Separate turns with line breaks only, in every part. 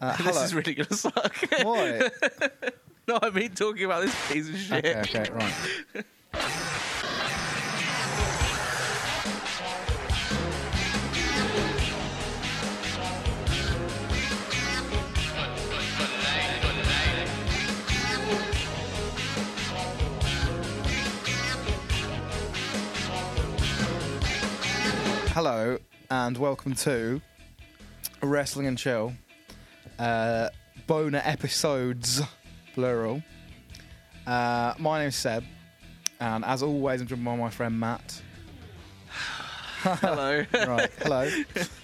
Uh,
This
hello.
is really going to suck.
What?
no, I mean talking about this piece of shit.
Okay, okay, right. Hello and welcome to Wrestling and Chill. Uh, boner episodes, plural. Uh, my name's Seb, and as always, I'm joined by my friend Matt.
Hello.
Right, hello.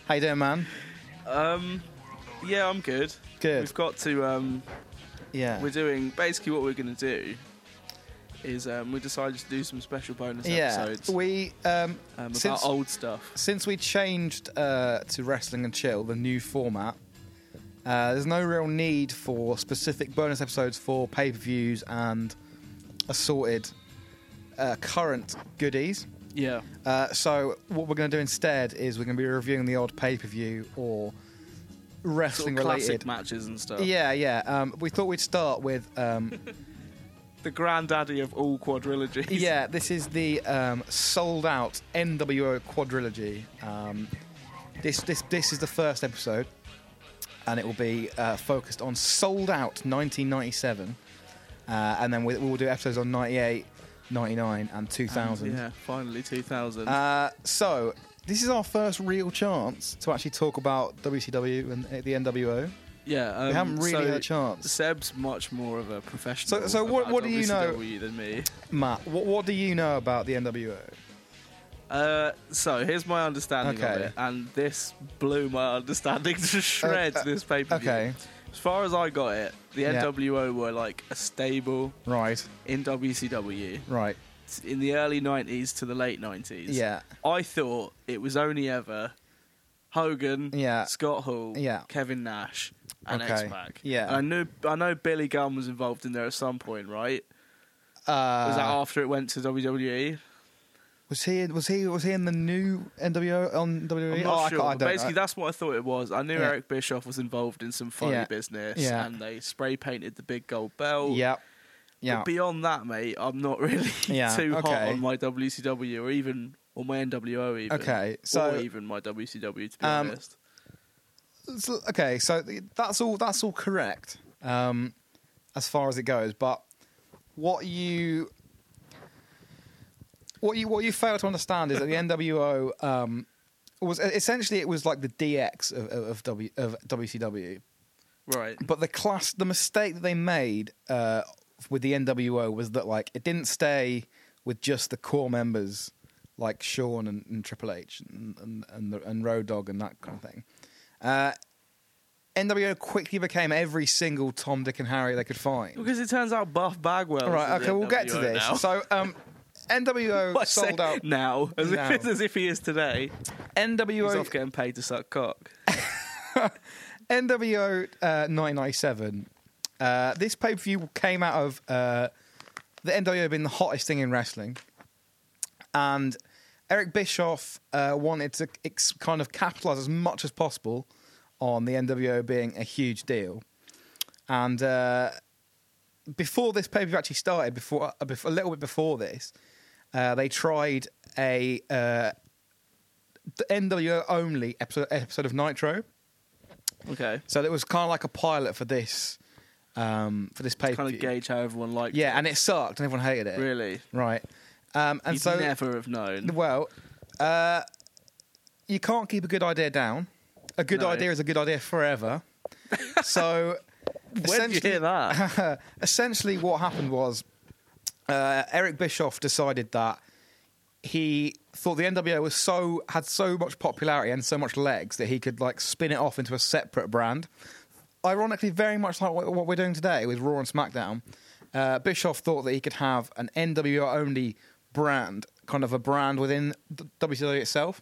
How you doing, man?
um, yeah, I'm good.
Good.
We've got to. Um,
Yeah.
we're doing basically what we're going to do is um, we decided to do some special bonus
yeah,
episodes
we um,
um,
since
about old stuff.
since we changed uh, to wrestling and chill, the new format. Uh, there's no real need for specific bonus episodes for pay-per-views and assorted uh, current goodies.
Yeah.
Uh, so what we're going to do instead is we're going to be reviewing the odd pay-per-view or
Sort
wrestling
of classic
related.
matches and stuff.
Yeah, yeah. Um, we thought we'd start with. Um,
The granddaddy of all quadrilogies.
yeah, this is the um, sold-out NWO quadrilogy. Um, this this this is the first episode, and it will be uh, focused on sold-out 1997, uh, and then we, we'll do episodes on 98, 99, and 2000.
Yeah, finally 2000.
Uh, so this is our first real chance to actually talk about WCW and uh, the NWO.
yeah, um,
we haven't really
so
had a chance.
Seb's much more of a professional.
So- so what-
about
what do you know-
WCW Than me.
Matt, what what do you know about the NWO?
Uh, so here's my understanding of
Okay.
it, and this blew my understanding to shreds.
Uh, uh,
this paper.
Okay,
As far as I got it, the
Yeah.
NWO were like a stable
right,
in WCW
right,
in the early 90s to the late 90s.
yeah.
I thought it was only ever Hogan,
Yeah.
Scott Hall,
Yeah.
Kevin Nash, and
Okay.
X Pac.
Yeah.
And I knew I know Billy Gunn was involved in there at some point, right?
Uh,
Was that after it went to E? WWE?
was he was he was he in the new NWO on WWE?
I'm
Oh,
not
I
sure.
can't- I
but
don't
basically,
know.
that's what I thought it was. I knew
Yeah.
Eric Bischoff was involved in some funny
Yeah.
business,
Yeah.
and they spray painted the big gold belt.
yeah,
But
yeah.
beyond that, mate, I'm not really
Yeah,
too hot
okay.
on my WCW or even or my NWO even.
Okay,
or
so-
even my WCW to be
Um,
honest.
So- okay, so th- that's all that's all correct um, as far as it goes. But what you what you what you fail to understand is that the NWO um, was essentially it was like the DX of, of, of w, of WCW.
Right.
But the class, the mistake that they made uh, with the NWO was that like it didn't stay with just the core members, like Sean and, and Triple H and and and, the, and Road Dog and that kind of thing. Uh, NWO quickly became every single Tom, Dick, and Harry they could find.
Because it turns out Buff Bagwell.
All right,
is in
okay,
the
we'll get to
NWO
this.
Now.
So, um, NWO
I say
sold out.
now, as,
Now.
If, as if he is today. He's off
NWO
getting paid to suck cock.
NWO uh, 997. Uh, this pay per view came out of uh, the NWO being the hottest thing in wrestling. And Eric Bischoff uh, wanted to ex- kind of capitalize as much as possible on the NWO being a huge deal. And uh, before this pay per view actually started, before, uh, bef a little bit before this, uh, they tried a uh, NWO only episode, episode of Nitro.
Okay.
So it was kind of like a pilot for this, um, for this paper.
Kind of gauge how everyone liked
Yeah,
it.
and it sucked, and everyone hated it.
Really?
Right. Um, and
You'd
so,
never have known.
well, uh, you can't keep a good idea down. A good
No.
idea is a good idea forever. so,
When did you
essentially,
hear that?
uh, essentially, what happened was uh, Eric Bischoff decided that he thought the NWO was so had so much popularity and so much legs that he could like spin it off into a separate brand. Ironically, very much like what, what we're doing today with Raw and SmackDown, uh, Bischoff thought that he could have an NWO only brand, kind of a brand within the WCW itself.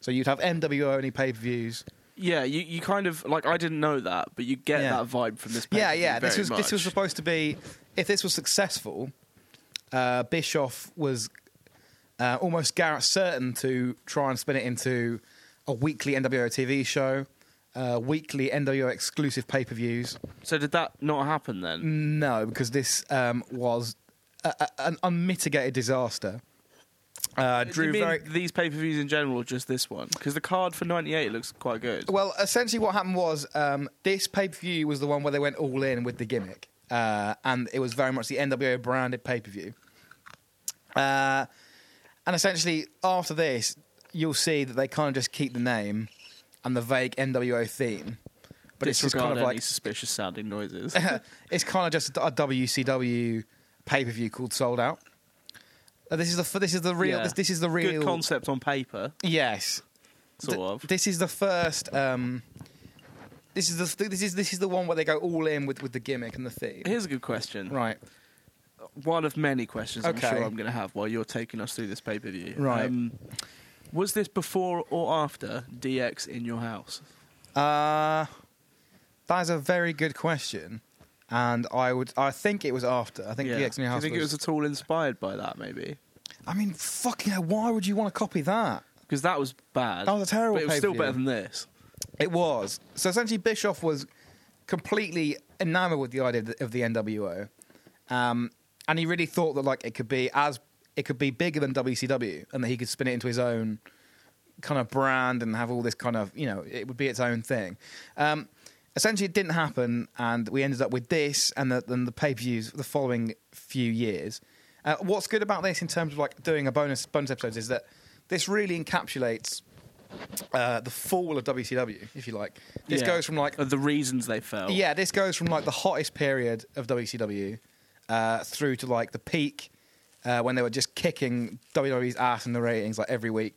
So you'd have NWO only pay per views.
yeah, you, you kind of, like, I didn't know that, but you get
Yeah.
that vibe from this
Yeah,
pay-per-view
yeah. This
very
was this was
much.
supposed to be if this was successful, uh, Bischoff was uh, almost gar certain to try and spin it into a weekly NWO TV show, uh, weekly NWO exclusive pay per views.
So did that not happen
Mm.
then?
No, because this um, was a, a, an unmitigated disaster. Uh,
Do you
Drew
mean
very
these pay per views in general, or just this one? Because the card for '98 looks quite good.
well. Essentially, what happened was um, this pay per view was the one where they went all in with the gimmick, uh, and it was very much the NWO branded pay per view. Uh, and essentially, after this, you'll see that they kind of just keep the name and the vague NWO theme, but it's just kind
Disregard
of
any
like
suspicious sounding noises.
it's kind of just a WCW pay per view called Sold Out. Uh, this is the f- this is the real
Yeah.
this, this is the real
good concept on paper,
yes
sort
Th-
of.
This is the first. Um, this is the this is this is the one where they go all in with, with the gimmick and the theme.
Here's a good question.
Right.
One of many questions
Okay.
I'm sure I'm going to have while you're taking us through this pay per view.
Right.
was this before or after DX in your house?
Uh, that is a very good question, and I would I think it was after. I think E
Yeah.
DX New House.
Do you think it was at all inspired by that? Maybe
I mean, fucking, hell, why would you want to copy that?
because that was bad.
That was a Oh, terrible
But it was still
pay-per-view.
better than this.
It was. So essentially, Bischoff was completely enamored with the idea of the, of the NWO, um, and he really thought that like it could be as it could be bigger than WCW, and that he could spin it into his own kind of brand and have all this kind of you know it would be its own thing. Um, essentially, it didn't happen, and we ended up with this and the, and the pay per views the following few years. Uh, what's good about this in terms of like doing a bonus bonus episodes is that this really encapsulates uh, the fall of WCW, if you like. This
Yeah.
goes from like
Uh, the reasons they fell.
yeah, this goes from like the hottest period of WCW uh, through to like the peak uh, when they were just kicking WWE's ass in the ratings like every week,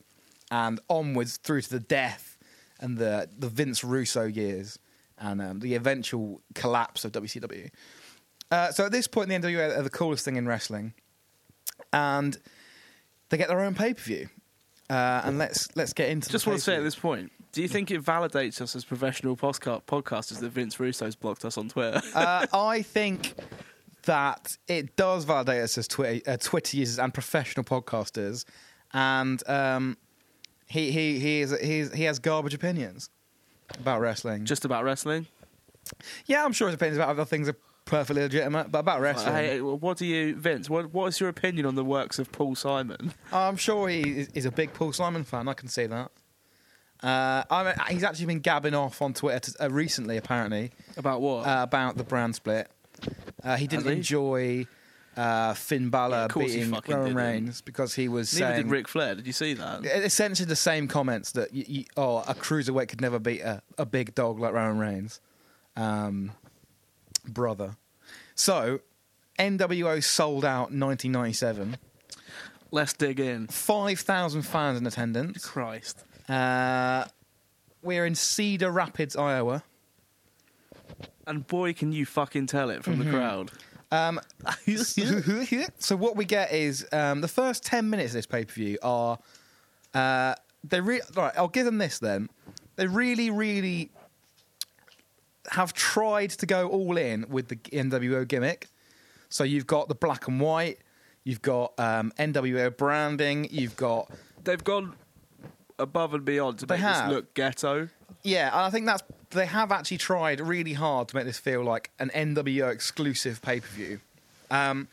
and onwards through to the death and the the Vince Russo years and um, the eventual collapse of WCW. Uh, so at this point, the NWA are the coolest thing in wrestling, and they get their own pay per view. Uh, and let's let's get into.
Just
the
want to say at
pay-per-view.
this point, do you think it validates us as professional postca- podcasters that Vince Russo's blocked us on Twitter?
uh, I think that it does validate us as Twitter, uh, Twitter users and professional podcasters, and um, he he he is he, is, he has garbage opinions about wrestling.
Just about wrestling.
yeah, I'm sure his opinions about other things are perfectly legitimate, but about wrestling,
Hey, what do you, Vince? What What is your opinion on the works of Paul Simon?
I'm sure he is, is a big Paul Simon fan. I can see that. Uh, I mean, he's actually been gabbing off on Twitter to, uh, recently, apparently.
About what?
uh, about the brand split. Uh, he didn't
Has he?
enjoy uh, Finn Balor
Yeah, of course he
beating
fucking
Roman
didn't.
Reigns because he was
Neither
saying e-,
did Ric Flair. Did you see that?
essentially the same comments that you, you, oh a cruiserweight could never beat a, a big dog like Roman Reigns, um, brother. So NWO sold out 1997.
Let's dig in.
Five thousand fans in attendance.
Christ.
Uh, we're in Cedar Rapids, Iowa.
And boy, can you fucking tell it from
Mm-hmm.
the crowd.
Um, so what we get is um, the first ten minutes of this pay per view are uh, they re- right. I'll give them this then. They really, really have tried to go all in with the NWO gimmick. So you've got the black and white, you've got um, NWO branding, you've got
They've gone above and beyond to
They
make this
have.
look ghetto.
yeah, and I think that's they have actually tried really hard to make this feel like an NWO exclusive pay per view. Um,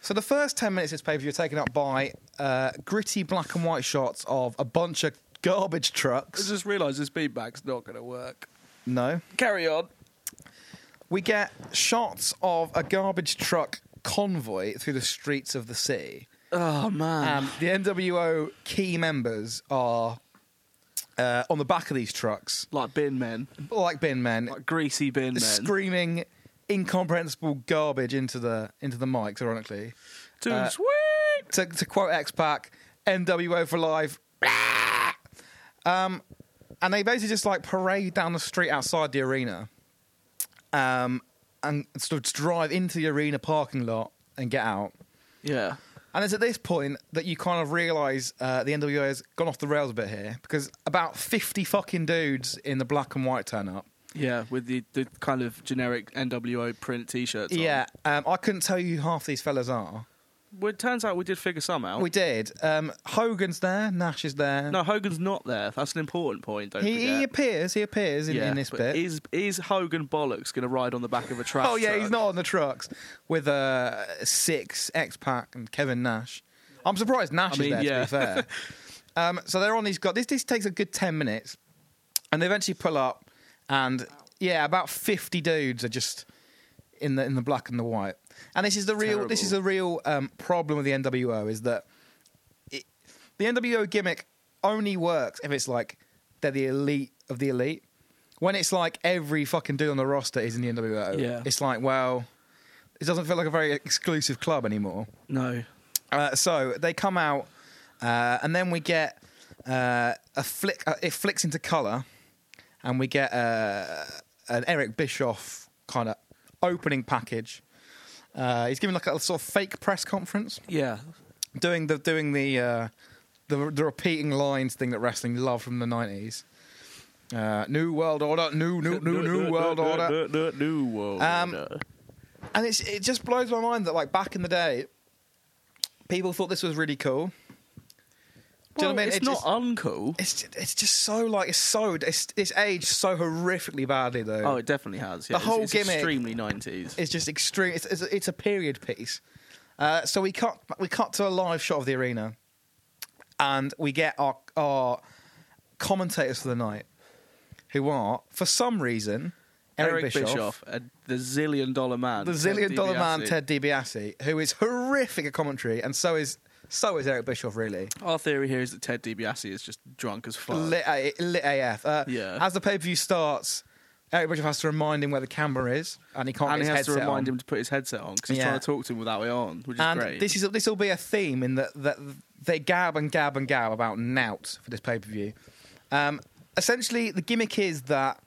so the first ten minutes of this pay per view are taken up by uh, gritty black and white shots of a bunch of garbage
I
trucks.
just realised this feedback's not going to work.
No,
Carry on.
we get shots of a garbage truck convoy through the streets of the city.
Oh man.
Um, the NWO key members are uh, on the back of these trucks,
like bin men,
like bin men,
like greasy bin men.
uh, screaming incomprehensible garbage into the into the mics. Ironically,
Too
uh,
sweet.
to, to quote X Pac, "NWO for life." um, and they basically just like parade down the street outside the arena, um, and sort of drive into the arena parking lot and get out.
Yeah.
And it's at this point that you kind of realise uh, the NWO has gone off the rails a bit here because about fifty fucking dudes in the black and white turn up.
Yeah, with the, the kind of generic NWO print T-shirts. on.
Yeah, um, I couldn't tell you who half these fellas are.
well, it turns out we did figure some out.
We did. Um, Hogan's there. Nash is there.
Oh. no, Hogan's not there. That's an important point. Don't
he,
forget.
he appears. He appears in,
Yeah,
in this
but
bit.
Is is Hogan bollocks going to ride on the back of a trash?
oh yeah,
truck?
he's not on the trucks with uh, six X Pac and Kevin Nash. I'm surprised Nash
I mean,
is there. To
yeah.
be fair, um, so they're on these. Got this. This takes a good ten minutes, and they eventually pull up, and yeah, about fifty dudes are just in the in the black and the white. And this is the real. This is the real um, problem with the NWO is that it, the NWO gimmick only works if it's like they're the elite of the elite. When it's like every fucking dude on the roster is in the NWO,
Yeah.
it's like, well, it doesn't feel like a very exclusive club anymore.
No.
Uh, so they come out, uh, and then we get uh, a flick. Uh, it flicks into color, and we get uh, an Eric Bischoff kind of opening package. Uh, he's giving like a sort of fake press conference,
Yeah.
doing the doing the uh, the, the repeating lines thing that wrestling loved from the nineties. Uh, new world order, new new new new world order.
New world
Um,
order.
And it's it just blows my mind that like back in the day, people thought this was really cool. Do you know what I mean?
It's
It
not
just-
uncool.
It's ju- it's just so like it's so it's it's aged so horrifically badly though.
Oh, it definitely has. Yeah,
The whole
it's, it's
gimmick-
extremely nineties.
it's just extreme. It's it's, it's a period piece. Uh, so we cut we cut to a live shot of the arena, and we get our our commentators for the night, who are for some reason Eric, Bischoff,
a, the zillion dollar man,
the
Ted
zillion dollar man
DiBiase.
Ted DiBiase, who is horrific at commentary, and so is so is Eric Bischoff really.
Our theory here is that Ted DiBiase is just drunk as fuck.
Lit, A- lit AF. Uh,
Yeah.
As the pay per view starts, Eric Bischoff has to remind him where the camera is, and he can't.
and
get
he
his
has to
headset
remind
on.
him to put his headset on because he's
Yeah.
trying to talk to him without it on, which is
and
great.
this is this will be a theme in that that they gab and gab and gab about Nout for this pay per view. Um, essentially, the gimmick is that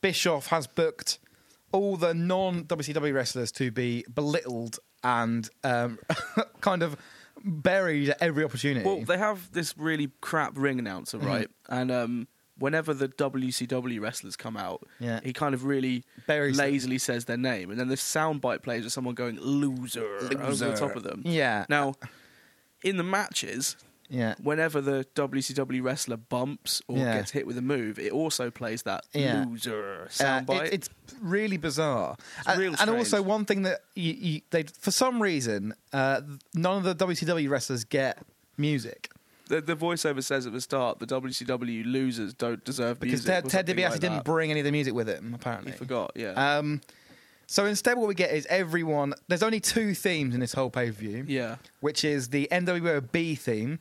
Bischoff has booked all the non WCW wrestlers to be belittled and um, kind of buried at every opportunity.
Well, they have this really crap ring announcer,
Mm-hmm.
right? And um, whenever the WCW wrestlers come out,
Yeah.
he kind of really
Buries them.
lazily says their name, and then the soundbite plays with someone going "loser" over the
Loser.
top of them.
Yeah.
Now, in the matches,
yeah.
whenever the WCW wrestler bumps or
Yeah.
gets hit with a move, it also plays that
Yeah.
"loser"
Uh,
soundbite.
it- it's really bizarre. and,
real
and also
strange.
one thing that you, you, they for some reason uh, none of the WCW wrestlers get music.
the, the voiceover says at the start the WCW losers don't deserve
because
music or
Ted, Ted
something
DiBiase
like
didn't
that.
bring any of the music with him. Apparently,
He forgot. Yeah.
Um, so instead, what we get is everyone. There's only two themes in this whole pay per view,
yeah.
which is the NWO B theme,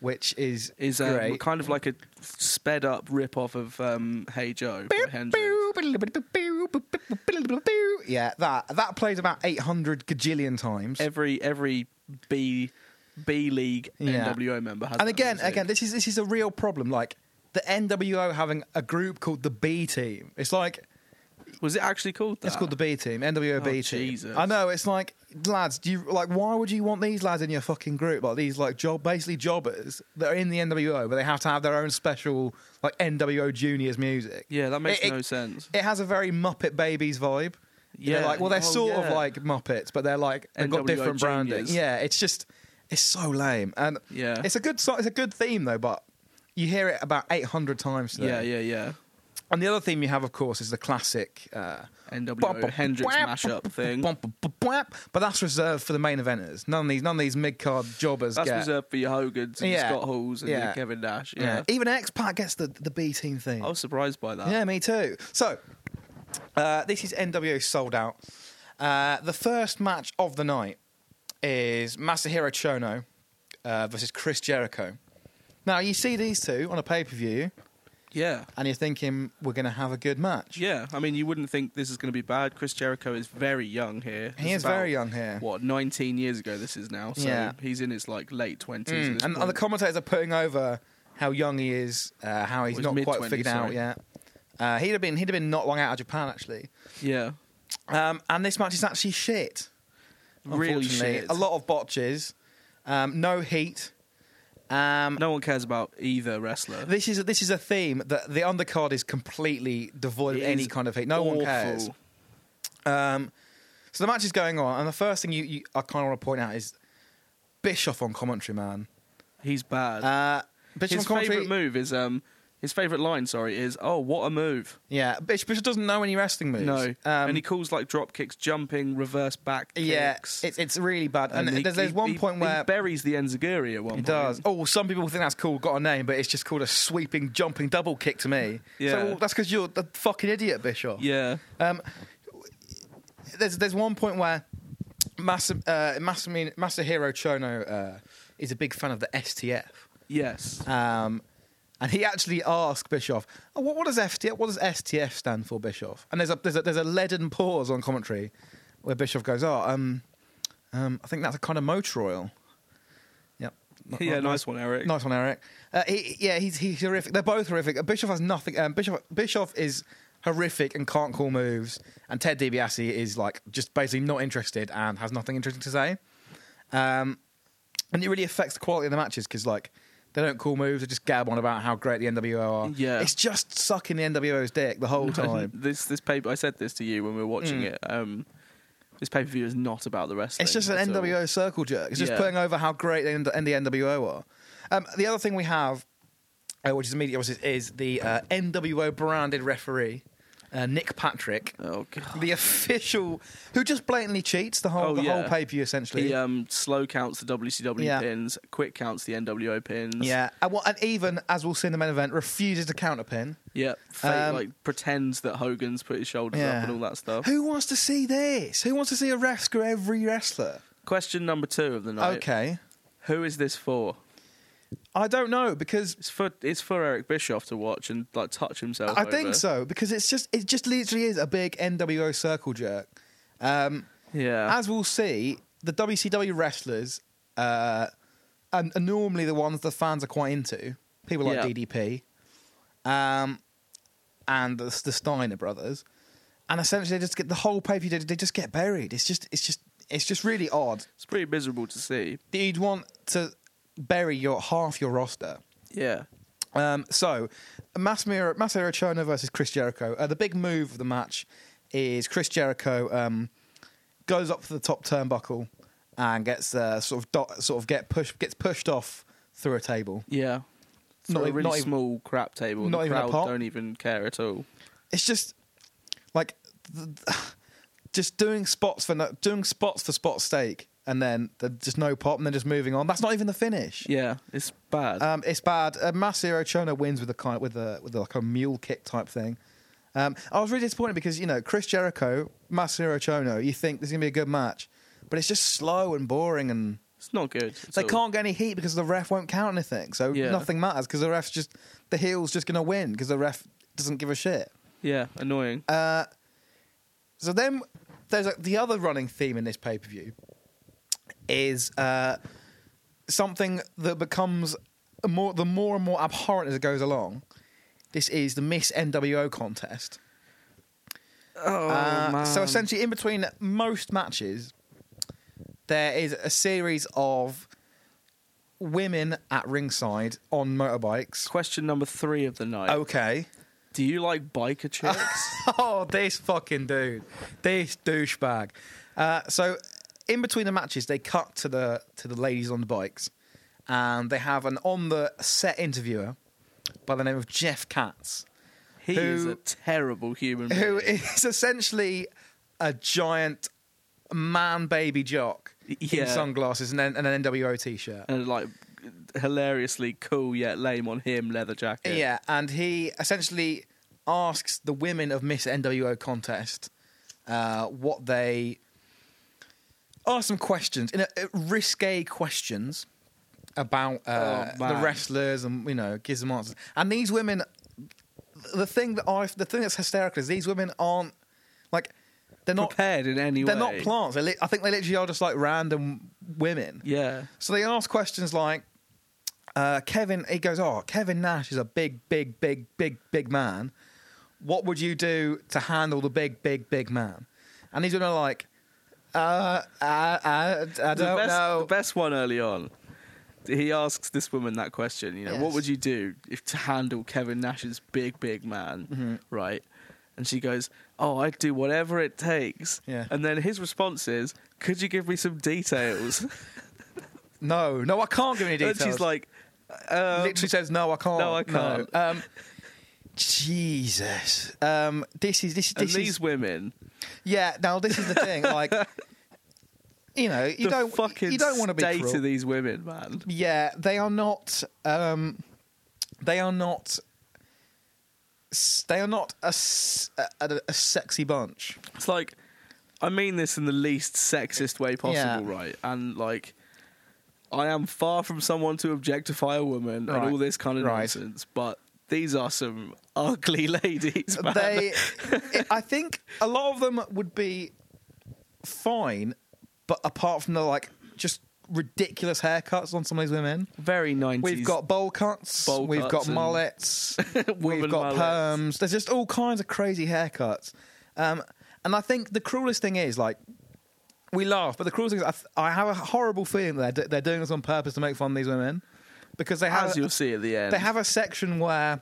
which is
is um,
great.
kind of like a sped up rip off of um, Hey Joe. by Hendrix.
Yeah, that that plays about 800 gajillion times.
Every every B B League
Yeah.
NWO member has.
and
that
again,
music.
again, this is this is a real problem. Like the NWO having a group called the B Team. It's like
was it actually called that?
It's called the B team, NWO B
Oh,
team.
Jesus.
I know. It's like lads, do you like? Why would you want these lads in your fucking group? Like these, like job, basically jobbers that are in the NWO, but they have to have their own special like NWO juniors music.
Yeah, that makes
It- it-
no sense.
It has a very Muppet Babies vibe. Yeah,
Yeah.
like well, they're
Oh,
sort of
yeah.
like Muppets, but they're like they've got
NWO
different branding.
juniors.
Yeah, it's just it's so lame, and
Yeah.
it's a good so- it's a good theme though, but you hear it about eight hundred times. Today.
yeah, yeah, yeah.
And the other theme you have, of course, is the classic uh,
NWO
bump, bump,
Hendrix
bwap,
mashup thing.
bump, bump, bwap. But that's reserved for the main eventers. None of these, none of these mid-card jobbers
That's
get.
reserved for your Hogans and
Yeah.
your Scott Halls and
Yeah.
your Kevin Nash.
Yeah.
Yeah. Oh,
Even X Pac gets the, the B team theme.
I was surprised by that.
Yeah, me too. So uh, this is NWO sold out. Uh, the first match of the night is Masahiro Chono uh, versus Chris Jericho. Now you see these two on a pay-per-view,
Yeah.
and you're thinking we're going to have a good match.
Yeah, I mean, you wouldn't think this is going to be bad. Chris Jericho is very young here.
He
It's
is very young here.
What, 19 years ago this is now. So
Yeah.
he's in his like late 20s.
Mm,
at this
And,
point.
and the commentators are putting over how young he is, uh, how he's
Well,
not
he's
quite
mid-twenties,
figured out
sorry.
yet. Uh, he'd have been he'd have been not long out of Japan actually.
yeah.
Um, and this match is actually shit.
Really
unfortunately.
shit.
A lot of botches, um, no heat. Um,
No one cares about either wrestler.
This is this is a theme that the undercard is completely devoid
It
of any
is
kind of heat. No one
awful.
cares. Um, so the match is going on, and the first thing you, you I kind of want to point out is Bischoff on commentary, man.
He's bad.
Uh, Bischoff
his
on commentary.
favorite move is um his favorite line. Sorry, is oh what a move.
Yeah, Bischoff, Bischoff doesn't know any wrestling moves.
No,
Um,
and he calls like drop kicks, jumping, reverse back kicks.
yeah, it's it's really bad. And,
he-
there's, there's
he-
one
he-
point
he
where
buries the enziguri at one
It
point.
does. Oh, some people think that's cool, got a name, but it's just called a sweeping, jumping double kick to me.
Yeah.
So well, that's because you're the fucking idiot, Bischoff.
Yeah,
Um, there's there's one point where Mas- uh, Masami- Masahiro Chono uh, is a big fan of the STF,
yes.
um, and he actually asked Bischoff, oh, what, "What does STF? What does STF stand for, Bischoff?" And there's a there's a, there's a leaden pause on commentary where Bischoff goes, "Oh, um, um, I think that's a kind of motor oil." Yep. Not-
yeah,
not-
nice one, Eric.
Nice one, Eric. Uh, he, yeah, he's, he's horrific. They're both horrific. Uh, Bischoff has nothing. Um, Bischoff, Bischoff is horrific and can't call moves, and Ted DiBiase is like just basically not interested and has nothing interesting to say. Um, and it really affects the quality of the matches because like they don't call moves; they just gab on about how great the NWO are.
Yeah.
it's just sucking the NWO's dick the whole time. Mm.
this this paper. I said this to you when we were watching it. Um, this pay per view is not about the wrestling.
It's just an
at all.
NWO circle jerk. It's just
Yeah.
putting over how great the, N- and the NWO are. Um, the other thing we have, uh, which is immediate, obviously, is the uh, NWO branded referee, uh, Nick Patrick,
Oh god.
the official, who just blatantly cheats the whole
Oh,
the
yeah.
whole pay per view essentially.
He um, slow counts the WCW
Yeah.
pins, quick counts the NWO pins.
Yeah, and, what, and even as we'll see in the main event, refuses to counter pin.
yeah. Fake,
Um,
like pretends that Hogan's put his shoulders
Yeah.
up and all that stuff.
Who wants to see this? Who wants to see a ref screw every wrestler?
Question number two of the night.
Okay,
Who is this for?
I don't know because
It's for it's for Eric Bischoff to watch and like touch himself.
I
over.
think so because it's just it just literally is a big NWO circle jerk. Um,
Yeah.
As we'll see, the WCW wrestlers uh, are, are normally the ones the fans are quite into. People like
Yeah.
DDP um, and the, the Steiner brothers, and essentially they just get the whole pay per view. They just get buried. It's just it's just it's just really odd.
it's pretty miserable to see.
You'd want to bury your half your roster.
Yeah.
Um, so, Masmir- Masahiro Chono versus Chris Jericho. Uh, the big move of the match is Chris Jericho um, goes up to the top turnbuckle and gets uh, sort of do- sort of get pushed gets pushed off through a table.
Yeah. For
Not
a
e-
really
not even-
small crap table.
not
the
even a
crowd
pop?
don't even care at all.
It's just like th- th- just doing spots for no- doing spots for spot stake, and then the- just no pop, and then just moving on. That's not even the finish.
Yeah, it's bad.
Um, it's bad. Uh, Masahiro Chono wins with a kind with a with like a mule kick type thing. Um, I was really disappointed because you know Chris Jericho, Masahiro Chono. You think there's gonna be a good match, but it's just slow and boring, and
it's not good.
they
at all.
can't get any heat because the ref won't count anything, so
Yeah.
nothing matters because the ref's just the heel's just gonna win because the ref doesn't give a shit.
Yeah, annoying.
Uh, so then there's like the other running theme in this pay per view is uh, something that becomes more the more and more abhorrent as it goes along. This is the Miss NWO contest.
oh
Uh, so essentially, in between most matches, there is a series of women at ringside on motorbikes.
question number three of the
Oh.
night.
Okay.
Do you like biker chicks?
oh, this fucking dude, this douchebag. Uh, so, in between the matches, they cut to the to the ladies on the bikes, and they have an on the set interviewer by the name of Jeff Katz,
he is
Who-
a terrible human being.
who is essentially a giant man baby jock
Yeah.
in sunglasses and, an- and an NWO t shirt.
and like hilariously cool yet lame on him leather jacket.
Yeah, and he essentially asks the women of Miss NWO contest uh, what they ask some questions in a, uh, risque questions about uh,
Oh, man.
the wrestlers and you know gives them answers. And these women, the thing that I the thing that's hysterical is these women aren't like they're not
Prepared in any
they're
way.
not plants. They li- I think they literally are just like random women.
Yeah.
So they ask questions like, uh, Kevin, he goes, Oh, Kevin Nash is a big, big, big, big, big man. What would you do to handle the big, big, big man? And he's going to like, uh, I, I, I
the
don't
best,
know.
The best one early on. He asks this woman that question. You know, what
Yes.
would you do if to handle Kevin Nash's big, big man,
Mm-hmm.
right? And she goes, "Oh, I'd do whatever it takes."
Yeah.
And then his response is, "Could you give me some details?"
No, no, I can't give any details.
and she's like, um,
literally says, "No, I can't.
no, I can't.
Um, Jesus, um, this is this,
and
this
these
is
women,
yeah. Now this is the thing, like you know, you
the
don't
fucking
you don't want to be
state
cruel.
of these women, man.
yeah, they are not. Um, they are not. s- They are not a, s- a- a- a sexy bunch.
It's like, I mean this in the least sexist way possible,
Yeah.
right? And like, I am far from someone to objectify a woman
Right.
and all this kind of
Right.
nonsense, but these are some ugly ladies, man.
They, it, I think, a lot of them would be fine, but apart from the like just ridiculous haircuts on some of these women,
very 90s.
We've got bowl cuts.
Bowl
we've
cuts
got
and-
mullets. we've
Woman
got
mullets.
perms. There's just all kinds of crazy haircuts. Um, and I think the cruelest thing is like we laugh, but the cruelest thing is I, th- I have a horrible feeling that they're, d- they're doing this on purpose to make fun of these women because they have
as you'll see at the end.
they have a section where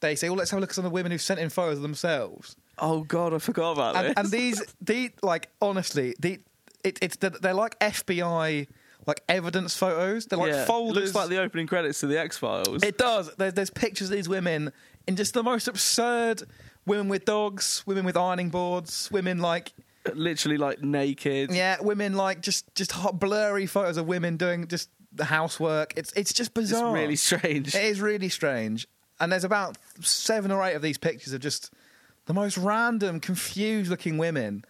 they say, "Well, let's have a look at some of the women who've sent in photos of themselves."
oh god, I forgot about
and,
this.
and these the like honestly the it, it's they're, they're like FBI like evidence photos. They're like
Yeah,
folders.
Looks like the opening credits to the X Files.
It does. There's, there's pictures of these women in just the most absurd women with dogs, women with ironing boards, women like
Literally like naked.
yeah, women like just just hot blurry photos of women doing just the housework. It's it's just
It's
bizarre.
really strange.
It is really strange. And there's about seven or eight of these pictures of just the most random, confused looking women.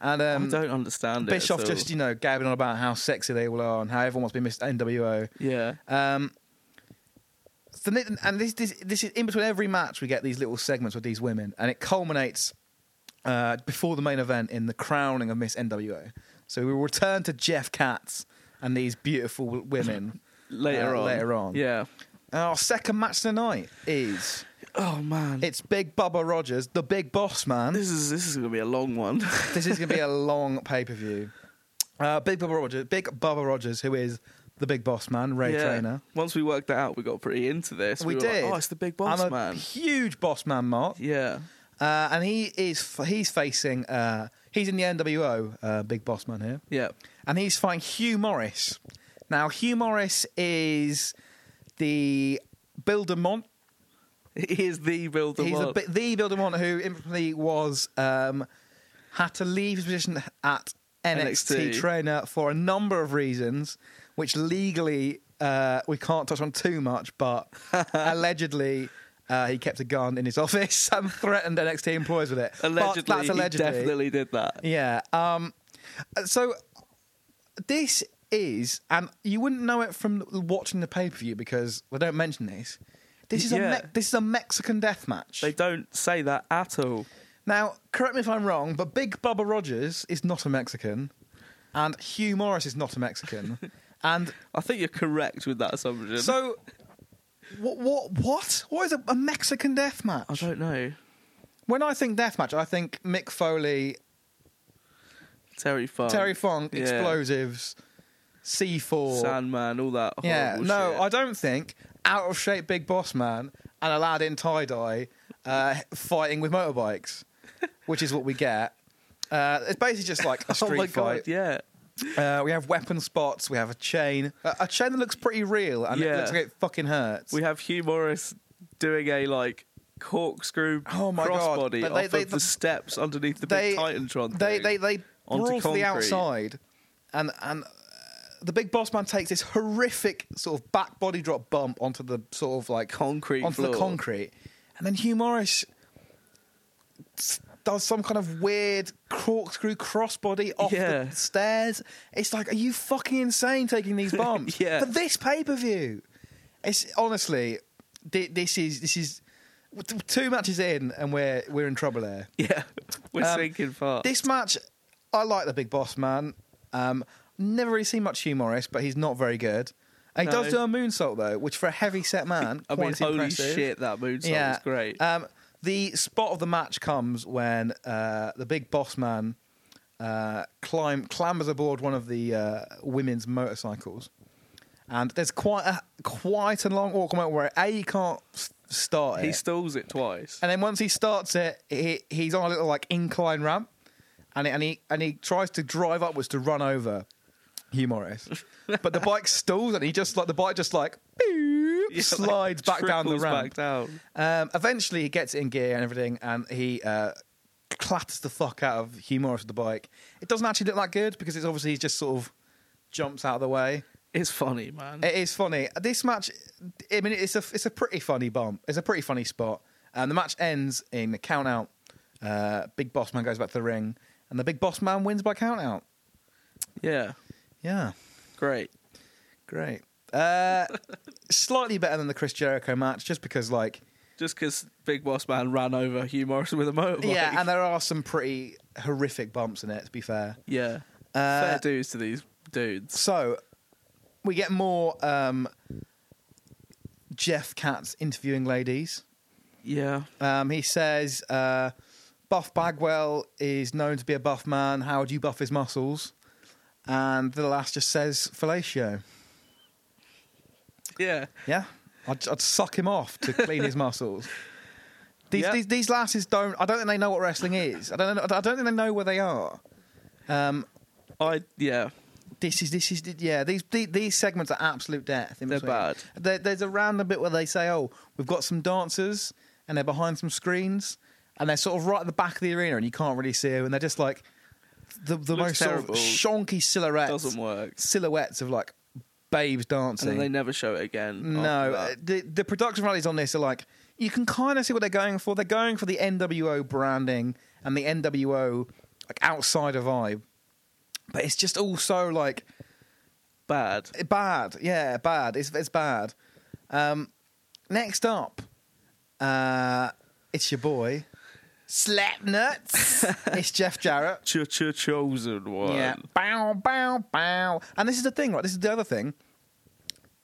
And
I
um,
don't understand
Bischoff
it. at all.
just you know gabbing on about how sexy they all are and how everyone wants to be Miss NWO.
yeah.
Um, so ni- and this, this this is in between every match we get these little segments with these women, and it culminates uh, before the main event in the crowning of Miss NWO. So we return to Jeff Katz and these beautiful women
Later
uh,
on.
Later on,
Yeah.
And our second match tonight is
Oh man.
it's Big Bubba Rogers, the Big Boss Man.
this is this is gonna be a long one.
this is going to be a long pay per view. Uh, Big Bubba Rogers, Big Bubba Rogers, who is the Big Boss Man, Ray
yeah.
Trainer.
Once we worked that out, we got pretty into this.
We
were
did.
Like, oh, it's the big boss
I'm a
man.
Huge boss man, Mark.
Yeah.
Uh, and he is he's facing uh, he's in the NWO, uh, big boss man here,
Yeah.
and he's fighting Hugh Morris. Now Hugh Morris is the Builder Mont.
He is the builder.
he's
one.
the, bi- the Builder Mont who infamously was um, had to leave his position at NXT,
NXT.
trainer for a number of reasons, which legally uh, we can't touch on too much, but allegedly. Uh, he kept a gun in his office and threatened NXT employees with it. But
allegedly,
that's allegedly.
He definitely did that.
Yeah. Um, so this is, and you wouldn't know it from watching the pay per view because they don't mention this. This is
Yeah.
a Me- this is a Mexican death match.
They don't say that at all.
now, correct me if I'm wrong, but Big Bubba Rogers is not a Mexican, and Hugh Morris is not a Mexican, and
I think you're correct with that assumption.
so. What, what what what is a, a Mexican death
I
match?
don't know.
When I think death match, I think Mick Foley,
Terry Funk.
Terry Funk,
Oh, yeah.
explosives, C four,
Sandman, all that.
Yeah,
horrible
no,
shit.
I don't think out of shape big boss man and a lad in tie dye uh, fighting with motorbikes, which is what we get. Uh, it's basically just like a
Oh
street
my god!
fight.
Yeah,
Uh, we have weapon spots. We have a chain, a, a chain that looks pretty real, and it
Yeah.
looks like it fucking hurts.
we have Hugh Morris doing a like corkscrew
Oh my God.
crossbody
But
off
they-
of
they-
the steps underneath the
they
big Titantron.
they,
thing.
they they
onto
brawl to the
concrete.
outside, and and uh, the big boss man takes this horrific sort of back body drop bump onto the sort of like
Concrete
onto the
floor.
concrete, and then Hugh Morris s- does some kind of weird corkscrew crossbody off
Yeah.
the stairs. It's like, are you fucking insane taking these bumps
Yeah.
for this pay per view? It's honestly, thi- this is this is. t- Two matches in, and we're we're in trouble here.
yeah, we're
Um,
sinking fast.
This match, I like the big boss man. Um, never really seen much Hugh Morris, but he's not very good. And he
No.
does do a moonsault though, which for a heavy set man,
I mean,
quite
holy
impressive.
shit, that moonsault was great.
Um, the spot of the match comes when uh, the big boss man uh, climb clambers aboard one of the uh, women's motorcycles, and there's quite a quite a long awkward moment where a he can't s- start.
he
it.
stalls it twice.
And then once he starts it, he, he's on a little like incline ramp, and he, and he and he tries to drive upwards to run over Hugh Morris. but the bike stalls and he just like the bike just like boop,
Yeah, like,
slides back down the
trickles
ramp.
Back down.
Um, eventually, he gets it in gear and everything, and he uh, clatters the fuck out of Hugh Morris with the bike. It doesn't actually look that good because it's obviously he just sort of jumps out of the way.
It's funny, man.
It is funny. This match, I mean, it's a it's a pretty funny bump. It's a pretty funny spot, and the match ends in a count out. Uh, big Boss Man goes back to the ring, and the Big Boss Man wins by count out.
yeah,
Yeah.
great.
Great. Uh, slightly better than the Chris Jericho match, just because, like,
Just because Big Boss Man ran over Hugh Morrison with a motorbike.
yeah, and there are some pretty horrific bumps in it. To be fair,
yeah.
Uh,
Fair dues to these dudes.
so we get more um, Jeff Katz interviewing ladies.
Yeah,
Um, he says, uh, "Buff Bagwell is known to be a buff man. How would you buff his muscles?" And the last just says, "Fellatio."
yeah.
Yeah, I'd, I'd suck him off to clean his muscles. These,
Yeah.
these these lasses don't. I don't think they know what wrestling is. I don't. know- I don't think they know where they are. Um,
I yeah.
this is this is yeah. These these, these segments are absolute death. In
They're
between.
bad.
There, there's a random bit where they say, "Oh, we've got some dancers, and they're behind some screens, and they're sort of right at the back of the arena, and you can't really see them, and they're just like the the most
Looks
sort of
terrible.
shonky silhouettes,
Doesn't work.
silhouettes of like babes
And
dancing.
then they never show it again.
No, uh,
after
the the production values on this are like you can kind of see what they're going for. They're going for the NWO branding and the NWO like outsider vibe, but it's just also like
that. bad.
bad. Yeah, bad. It's it's bad. Um, next up, uh, it's your boy Slap Nuts. it's Jeff Jarrett.
Ch ch chosen one.
Yeah. Bow, bow, bow. And this is the thing, right? This is the other thing.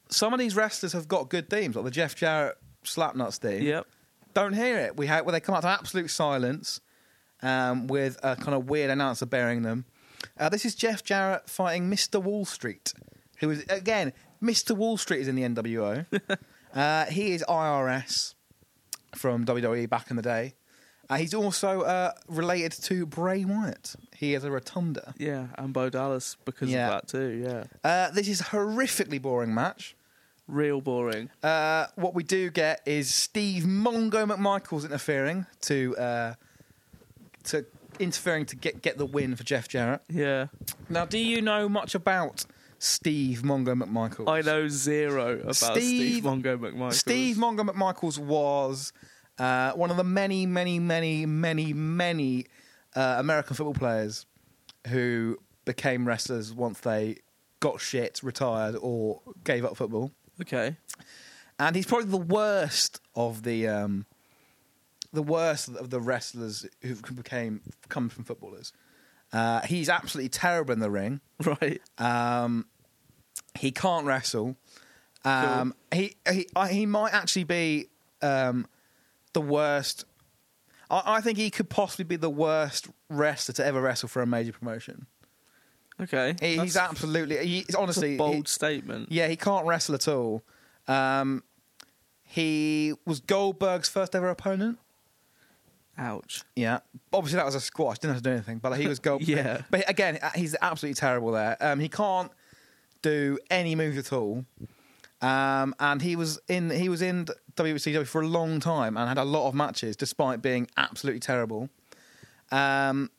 Some of these wrestlers have got good themes, like the Jeff Jarrett Slapnuts theme.
Yep.
Don't hear it. We have, where they come out to absolute silence um, with a kind of weird announcer bearing them. Uh, this is Jeff Jarrett fighting Mr. Wall Street, who is, again, Mr. Wall Street is in the NWO. uh, he is IRS from WWE back in the day. Uh, he's also uh, related to Bray Wyatt. He is a rotunda.
Yeah, and Bo Dallas because
Yeah.
of that too. Yeah,
Uh, this is a horrifically boring match.
real boring.
Uh, what we do get is Steve Mongo McMichaels interfering to uh, to interfering to get get the win for Jeff Jarrett.
Yeah,
Now, do you know much about Steve Mongo McMichaels?
I know zero about
Steve-
Steve, Mongo McMichael.
Steve Mongo McMichaels was uh, one of the many, many, many, many, many uh, American football players who became wrestlers once they got shit, retired, or gave up football.
Okay.
and he's probably the worst of the um, the worst of the wrestlers who became come from footballers. Uh, he's absolutely terrible in the ring.
Right.
Um, he can't wrestle. Um, He he I, he might actually be um, the worst. I, I think he could possibly be the worst wrestler to ever wrestle for a major promotion.
Okay.
He, he's
That's
absolutely. He's
a
honestly
bold
he-
statement.
yeah, he can't wrestle at all. Um, he was Goldberg's first ever opponent.
Ouch.
Yeah, obviously that was a squash. Didn't have to do anything, but he was Goldberg.
Yeah.
but again, uh, he's absolutely terrible there. Um, he can't do any moves at all. Um, and he was in he was in WCW for a long time and had a lot of matches, despite being absolutely terrible. Um,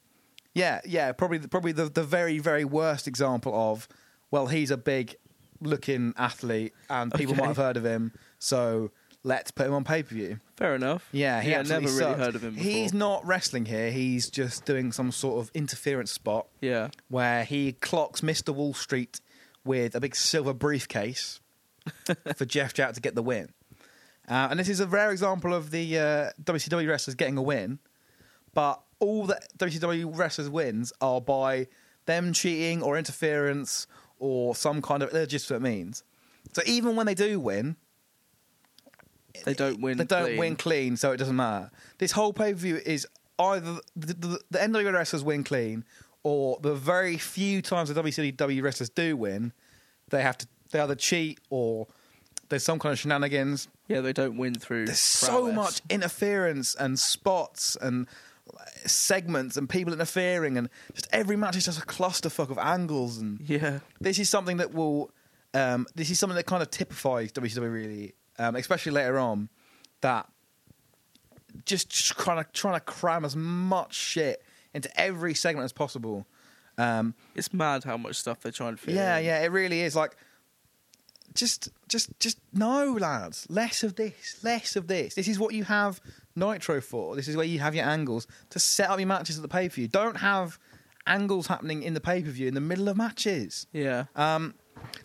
yeah, yeah, probably probably the, the very very worst example of well, he's a big looking athlete and people
Okay.
might have heard of him, so let's put him on pay per view.
Fair enough.
Yeah, he
yeah, never
absolutely
really
sucked.
heard of him before.
He's not wrestling here. He's just doing some sort of interference spot
Yeah.
where he clocks Mr. Wall Street with a big silver briefcase for Jeff Jarrett to get the win. Uh, and this is a rare example of the uh, WCW wrestlers getting a win, but all that WCW wrestlers wins are by them cheating or interference or some kind of illegitimate means. So even when they do win,
They don't win.
they don't
clean.
win clean, so it doesn't matter. This whole pay per view is either the, the, the NWA wrestlers win clean, or the very few times the WCW wrestlers do win, they have to they either cheat or there's some kind of shenanigans.
Yeah, they don't win through.
There's so
prowess.
much interference and spots and segments and people interfering, and just every match is just a clusterfuck of angles. And
Yeah.
this is something that will, um, this is something that kind of typifies WCW really, um, especially later on, that just trying to trying to cram as much shit into every segment as possible. Um,
It's mad how much stuff they're trying to fit.
yeah,
in.
yeah, it really is. Like, just, just, just no, lads. Less of this. Less of this. This is what you have Nitro for. This is where you have your angles to set up your matches at the pay per view. Don't have angles happening in the pay per view in the middle of matches.
Yeah.
Um,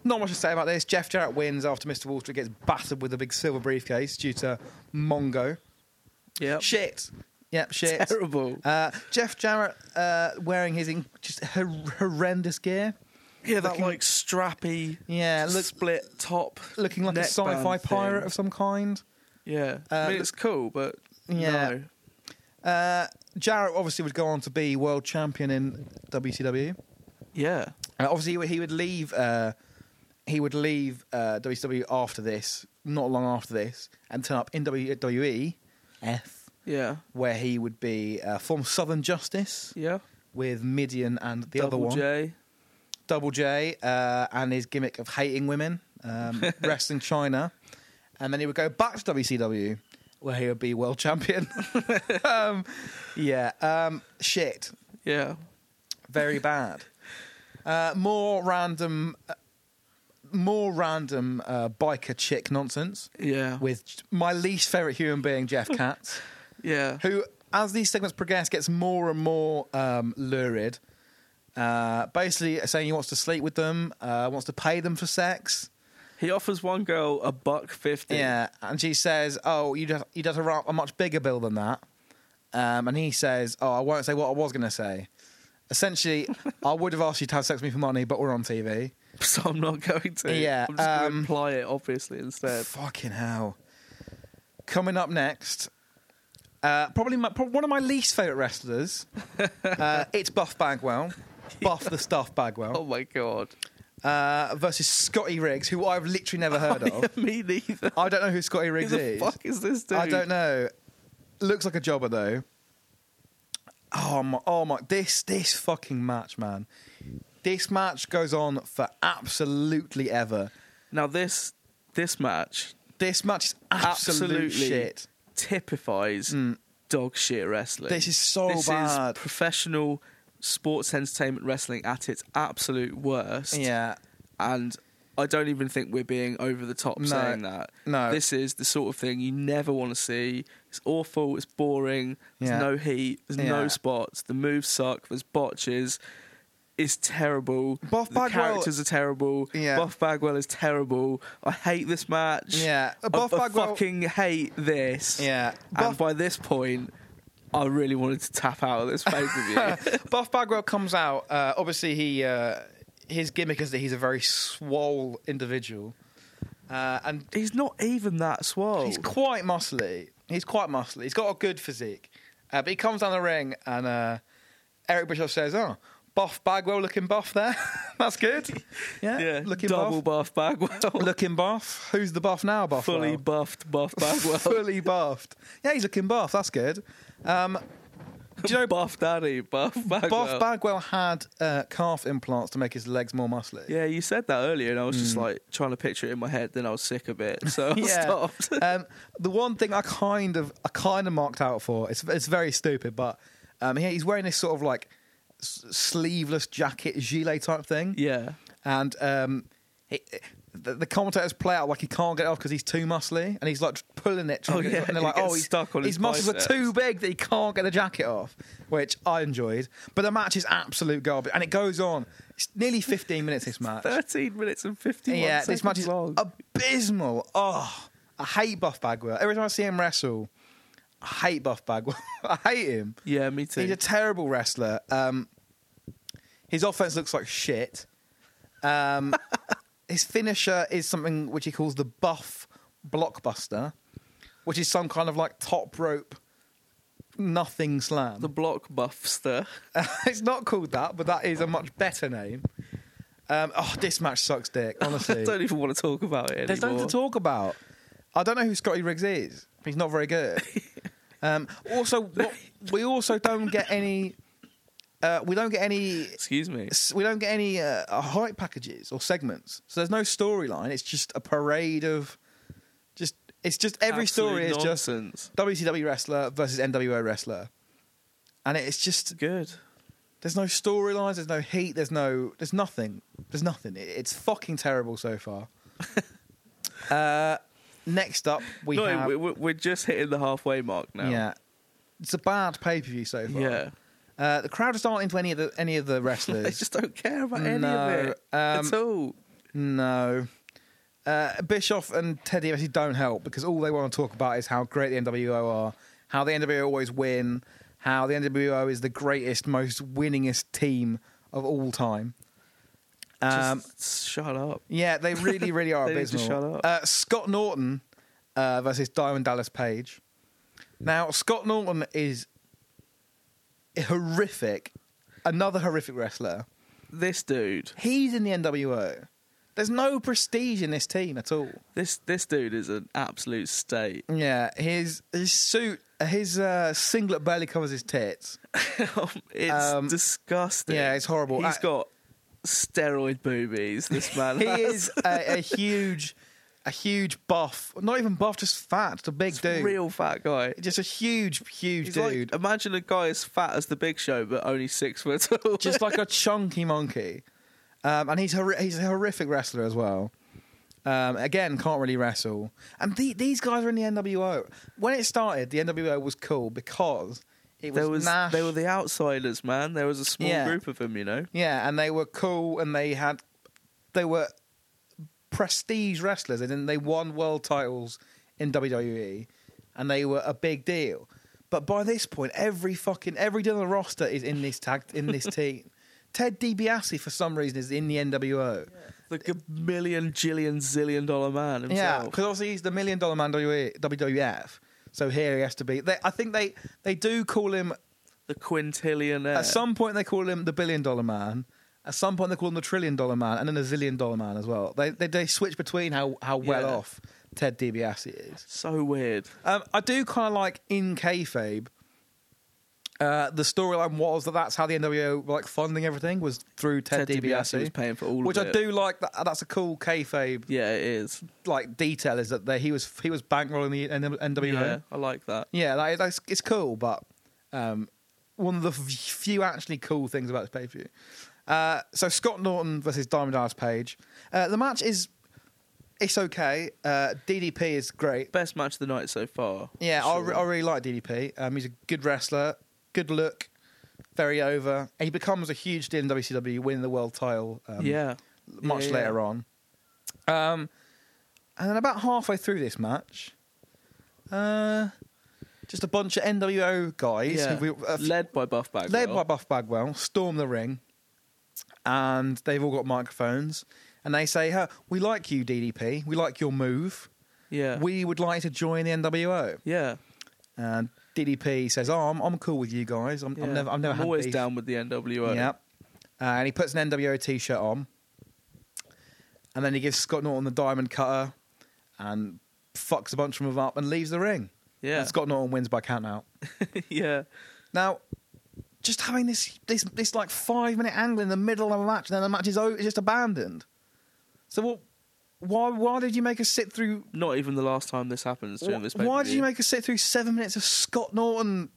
not much to say about this. Jeff Jarrett wins after Mr. Walter gets battered with a big silver briefcase due to Mongo.
Yep.
Shit. Yep, shit.
Terrible.
Uh, Jeff Jarrett uh, wearing his in- just hor- horrendous gear.
yeah, that
looking-
like strappy,
Yeah, look,
split top,
looking like a
neckband
sci-fi
thing.
pirate of some kind.
Yeah,
Uh,
I mean
look-
it's cool, but
Yeah.
no.
Uh, Jarrett obviously would go on to be world champion in WCW.
yeah,
Uh, obviously, he would- he would leave. Uh, he would leave uh, WCW after this, not long after this, and turn up in E. WWE, F,
yeah,
where he would be uh, form Southern Justice
yeah.
with Midian and the
Double
other one,
J.
Double J, uh, and his gimmick of hating women, um, wrestling China, and then he would go back to WCW, where he would be world champion. um, yeah, um, shit,
Yeah,
very bad. Uh, more random, uh, more random uh, biker chick nonsense
yeah,
with my least favorite human being, Jeff Katz,
yeah,
who, as these segments progress, gets more and more um, lurid. Uh, basically, saying he wants to sleep with them, uh, wants to pay them for sex.
He offers one girl a buck fifty.
Yeah, and she says, "Oh, you'd have, you'd have to write a much bigger bill than that." Um, and he says, "Oh, I won't say what I was going to say." Essentially, I would have asked you to have sex with me for money, but we're on TV.
so I'm not going to.
Yeah,
I'm just
um,
gonna imply it obviously instead.
Fucking hell! Coming up next, uh, probably, my, prob- one of my least favorite wrestlers. uh, it's Buff Bagwell, Buff the Stuff
Oh
Bagwell,
my god, Oh.
uh, versus Scotty Riggs, who I've literally never heard of.
me neither.
I don't know who Scotty
Who
Riggs
the
is.
fuck is this dude?
I don't know. Looks like a jobber though. Oh my! Oh my! This this fucking match, man. This match goes on for absolutely ever.
Now this this match
This match is absolute
Absolutely.
shit.
typifies dog shit wrestling.
Hmm. This is so
this
bad.
Is professional sports entertainment wrestling at its absolute worst.
Yeah,
and I don't even think we're being over the top
No.
saying that.
No.
this is the sort of thing you never want to see. It's awful. It's boring. There's
Yeah.
no heat. There's
Yeah.
no spots. The moves suck. There's botches. It's terrible.
Buff
the
Bagwell-
characters are terrible.
Yeah.
Buff Bagwell is terrible. I hate this match.
Yeah.
I-
Buff
I,
Bagwell-
fucking hate this.
yeah.
and
Buff,
by this point, I really wanted to tap out of this pay per view.
Buff Bagwell comes out. Uh, obviously, he uh, his gimmick is that he's a very swole individual, uh, and
He's not even that swole.
He's quite muscly. He's quite muscly. He's got a good physique. Uh, but he comes down the ring and uh, Eric Bischoff says, oh, Buff Bagwell looking buff there. That's good. Yeah,
yeah,
looking
double
buff.
buff, Bagwell.
Looking buff. Who's the buff now, Buff?
fully buffed Buff Bagwell.
Fully buffed. Yeah, he's looking buff. That's good. Um,
Do you know Buff Daddy, Buff Bagwell?
Buff Bagwell had uh, calf implants to make his legs more muscly.
yeah, you said that earlier, and I was just
Mm.
like trying to picture it in my head. Then I was sick of it, so I stopped.
um, the one thing I kind of I kind of marked out for it's it's very stupid, but um, he, he's wearing this sort of like s- sleeveless jacket gilet type thing,
yeah,
and um, he, the, the commentators play out like he can't get it off because he's too muscly, and he's like pulling it, trying
Oh,
to get it
yeah,
off, and they're
he
like,
gets
oh, he's,
stuck on
his,
his
muscles
biceps.
are too big that he can't get the jacket off, which I enjoyed. But the match is absolute garbage, and it goes on. It's nearly 15 minutes this match.
thirteen minutes and fifty-one
Yeah,
seconds
this match is
long.
abysmal. Oh, I hate Buff Bagwell. Every time I see him wrestle, I hate Buff Bagwell. I hate him.
yeah, me too.
He's a terrible wrestler. Um, his offense looks like shit. Um, his finisher is something which he calls the Buff Blockbuster, which is some kind of like top rope nothing slam.
the block buffster.
it's not called that, but that is a much better name. Um, oh, this match sucks dick, honestly.
I don't even want to talk about it anymore.
There's nothing to talk about. I don't know who Scotty Riggs is. He's not very good. Um, also, what, we also don't get any. Uh, we don't get any.
Excuse me.
We don't get any uh, uh, hype packages or segments. So there's no storyline. It's just a parade of. Just it's just every story is
Absolute
just
nonsense.
WCW wrestler versus NWO wrestler, and it's just
good.
there's no storylines. There's no heat. There's no. There's nothing. There's nothing. It, it's fucking terrible so far. uh, next up, we
no,
have.
we- we- we're just hitting the halfway mark now.
Yeah, it's a bad pay per view so far.
yeah.
Uh, the crowd just aren't into any of the any of the
They
wrestlers.
just don't care about any of
No,
it
um,
at all.
no. Uh, Bischoff and Teddy obviously don't help because all they want to talk about is how great the NWO are, how the NWO always win, how the NWO is the greatest, most winningest team of all time. Um,
just shut up.
yeah, they really, really are
They need to
abysmal.
shut up.
Uh, Scott Norton uh, versus Diamond Dallas Page. Now, Scott Norton is horrific, another horrific wrestler.
This dude,
He's in the NWO. There's no prestige in this team at all.
this this dude is an absolute state.
Yeah, his his suit, his uh, singlet barely covers his tits.
it's
Um,
disgusting.
yeah, it's horrible.
He's
I-
got steroid boobies. This man
He
has.
is a, a huge, a huge buff. Not even buff, just fat. Just a big dude.
real fat guy.
Just a huge, huge
He's like-
dude.
imagine a guy as fat as the Big Show, but only six foot tall.
just like a chunky monkey. Um, and he's hor- he's a horrific wrestler as well. Um, again, can't really wrestle. And the- these guys are in the NWO. When it started, the NWO was cool because it was,
there was
Nash.
they were the outsiders, man. There was a small
Yeah.
group of them, you know.
yeah, and they were cool, and they had they were prestige wrestlers, and then they won world titles in WWE, and they were a big deal. But by this point, every fucking every other roster is in this tag in this team. Ted DiBiase, for some reason, is in the NWO.
The g- million, jillion, zillion dollar man
Yeah,
himself.
because obviously he's the million dollar man E, WWE WWF. So here he has to be. They, I think they they do call him
the quintillionaire.
At some point, they call him the billion dollar man. At some point, they call him the trillion dollar man, and then a zillion dollar man as well. They they, they switch between how, how well
Yeah.
off Ted DiBiase is.
so weird.
Um, I do kind of like in kayfabe. Uh, the storyline was that that's how the NWO like funding everything was through Ted,
Ted DiBiase
DiBiase,
was paying for all of
which I
it.
do like. That, that's a cool kayfabe
Yeah, it is.
like detail is that they, he was he was bankrolling the NWO.
Yeah, I like that.
Yeah, like, that's, it's cool, but um, one of the f- few actually cool things about this pay per view. Uh, so Scott Norton versus Diamond Dallas Page. Uh, the match is it's okay. Uh, DDP is great.
Best match of the night so far.
Yeah, I, re-
sure.
I really like DDP. Um, he's a good wrestler, good look, very over. And he becomes a huge deal in WCW, winning the world title. Um,
yeah.
much
Yeah, yeah.
later on. Um, and then about halfway through this match, uh, just a bunch of NWO guys,
Yeah.
who we, uh, f-
led by Buff Bagwell.
led by Buff Bagwell, storm the ring, and they've all got microphones, and they say, "Huh, "We like you, DDP. We like your move.
Yeah.
We would like to join the NWO."
yeah.
And DDP says, "Oh, I'm, I'm cool with you guys. I'm,
yeah.
I'm never, I've never
I'm
had
always
beef."
down with the NWO.
Yep. Uh, and he puts an NWO t-shirt on, and then he gives Scott Norton the diamond cutter, and fucks a bunch of them up and leaves the ring.
Yeah.
And Scott Norton wins by count out.
yeah.
Now, just having this this this like five minute angle in the middle of a match, and then the match is over, it's just abandoned. So what? Why why did you make us sit through?
Not even the last time this happens during this.
wh- why did
pay-per-view.
you make us sit through seven minutes of Scott Norton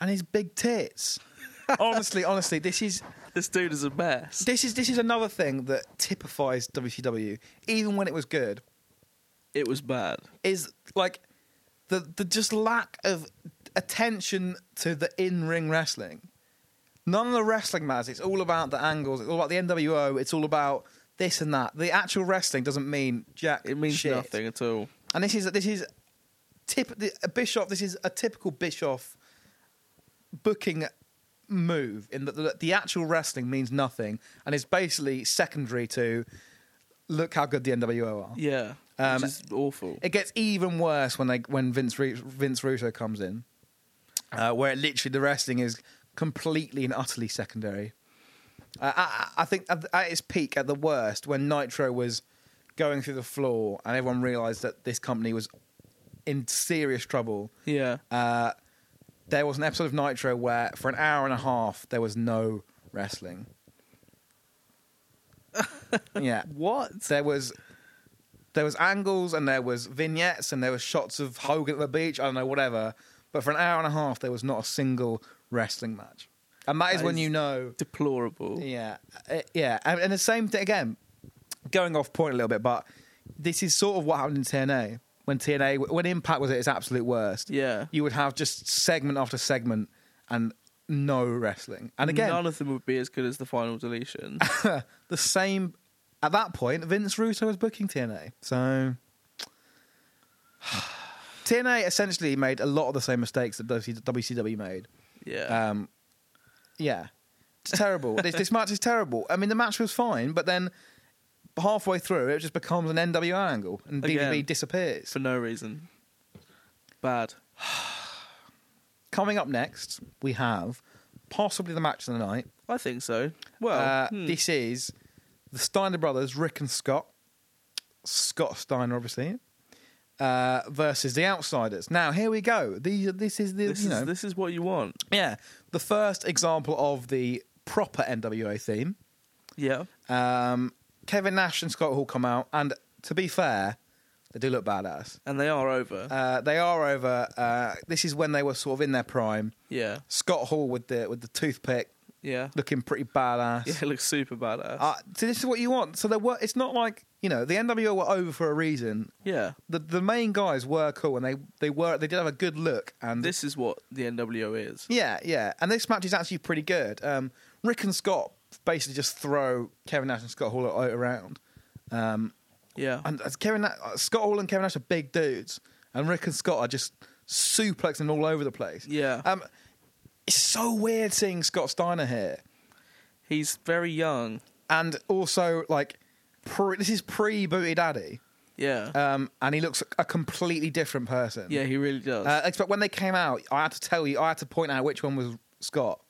and his big tits? honestly, honestly, this is
this dude is a mess?
This is this is another thing that typifies WCW, even when it was good,
It was bad.
is like the the just lack of attention to the in ring wrestling. None of the wrestling matters. It's all about the angles. It's all about the NWO. It's all about this and that. The actual wrestling doesn't mean jack.
It means
shit.
nothing at all.
And this is this is tip the, a Bischoff. This is a typical Bischoff booking move in that the, the actual wrestling means nothing and is basically secondary to look how good the NWO are.
Yeah.
Um,
which is awful.
It gets even worse when they when Vince Ru- Vince Russo comes in, uh, where literally the wrestling is completely and utterly secondary. Uh, I, I I think at, at its peak, at the worst, when Nitro was going through the floor and everyone realised that this company was in serious trouble,
yeah.
uh, there was an episode of Nitro where for an hour and a half there was no wrestling. yeah,
What?
there was there was angles and there was vignettes and there was shots of Hogan at the beach. I don't know, whatever. But for an hour and a half, there was not a single wrestling match, and that is
That
when
is-
you know
Deplorable.
yeah, uh, yeah, and, and the same thing again. Going off point a little bit, but this is sort of what happened in TNA when TNA when Impact was at its absolute worst.
Yeah.
you would have just segment after segment and no wrestling, and again
none of them would be as good as the final deletion.
the same. At that point, Vince Russo was booking TNA, so TNA essentially made a lot of the same mistakes that WCW made.
yeah.
Um, yeah, it's terrible. this, this match is terrible. I mean, the match was fine, but then halfway through, it just becomes an NWO angle, and
Again.
DDB disappears.
for no reason. Bad.
Coming up next, we have possibly the match of the night.
I think so. Well,
uh,
hmm.
this is the Steiner brothers, Rick and Scott, Scott Steiner, obviously, uh, versus the Outsiders. Now, here we go. These, this is the
this,
you
is,
know
this is what you want.
yeah the first example of the proper NWO theme.
Yeah.
Um, Kevin Nash and Scott Hall come out, and to be fair, they do look badass.
And they are over.
Uh, they are over. Uh, this is when they were sort of in their prime.
yeah.
Scott Hall with the with the toothpick,
Yeah.
looking pretty badass.
Yeah, it looks super badass.
Uh, so this is what you want. So there were. It's not like you know the NWO were over for a reason.
yeah.
The the main guys were cool, and they they were they did have a good look. And
This is what the NWO is.
yeah, yeah. And this match is actually pretty good. Um, Rick and Scott basically just throw Kevin Nash and Scott Hall a- around. Um,
Yeah.
and as Kevin Na- uh, Scott Hall and Kevin Nash are big dudes, and Rick and Scott are just suplexing all over the place.
Yeah.
um, it's so weird seeing Scott Steiner here,
He's very young.
and also like pre- this is pre Booty Daddy,
Yeah.
um, and he looks a completely different person.
yeah, he really does.
uh, except when they came out, I had to tell you, I had to point out which one was Scott.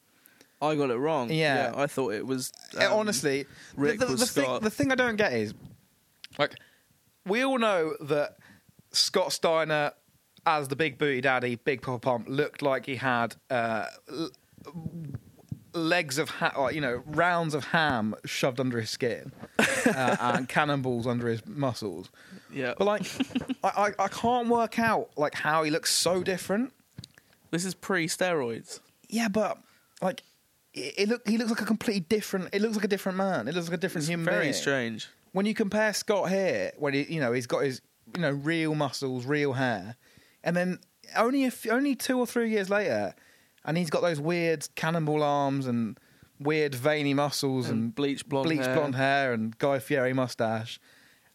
I got it wrong.
yeah.
I thought it was.
Uh,
um,
honestly, the-
Rick
the,
was
the thing,
Scott.
the thing I don't get is, like, we all know that Scott Steiner, as the big booty daddy, big papa pump, looked like he had uh, l- legs of, ha- or, you know, rounds of ham shoved under his skin uh, and cannonballs under his muscles.
Yeah.
But like, I, I, I can't work out like how he looks so different.
this is pre steroids.
Yeah, but like, it, it look he looks like a completely different. It looks like a different man. It looks like a different human.
Very
being.
strange.
When you compare Scott here, when he you know he's got his you know real muscles, real hair, and then only a few, only two or three years later, and he's got those weird cannonball arms and weird veiny muscles and,
And bleach blonde
bleach
hair.
blonde hair and Guy Fieri mustache.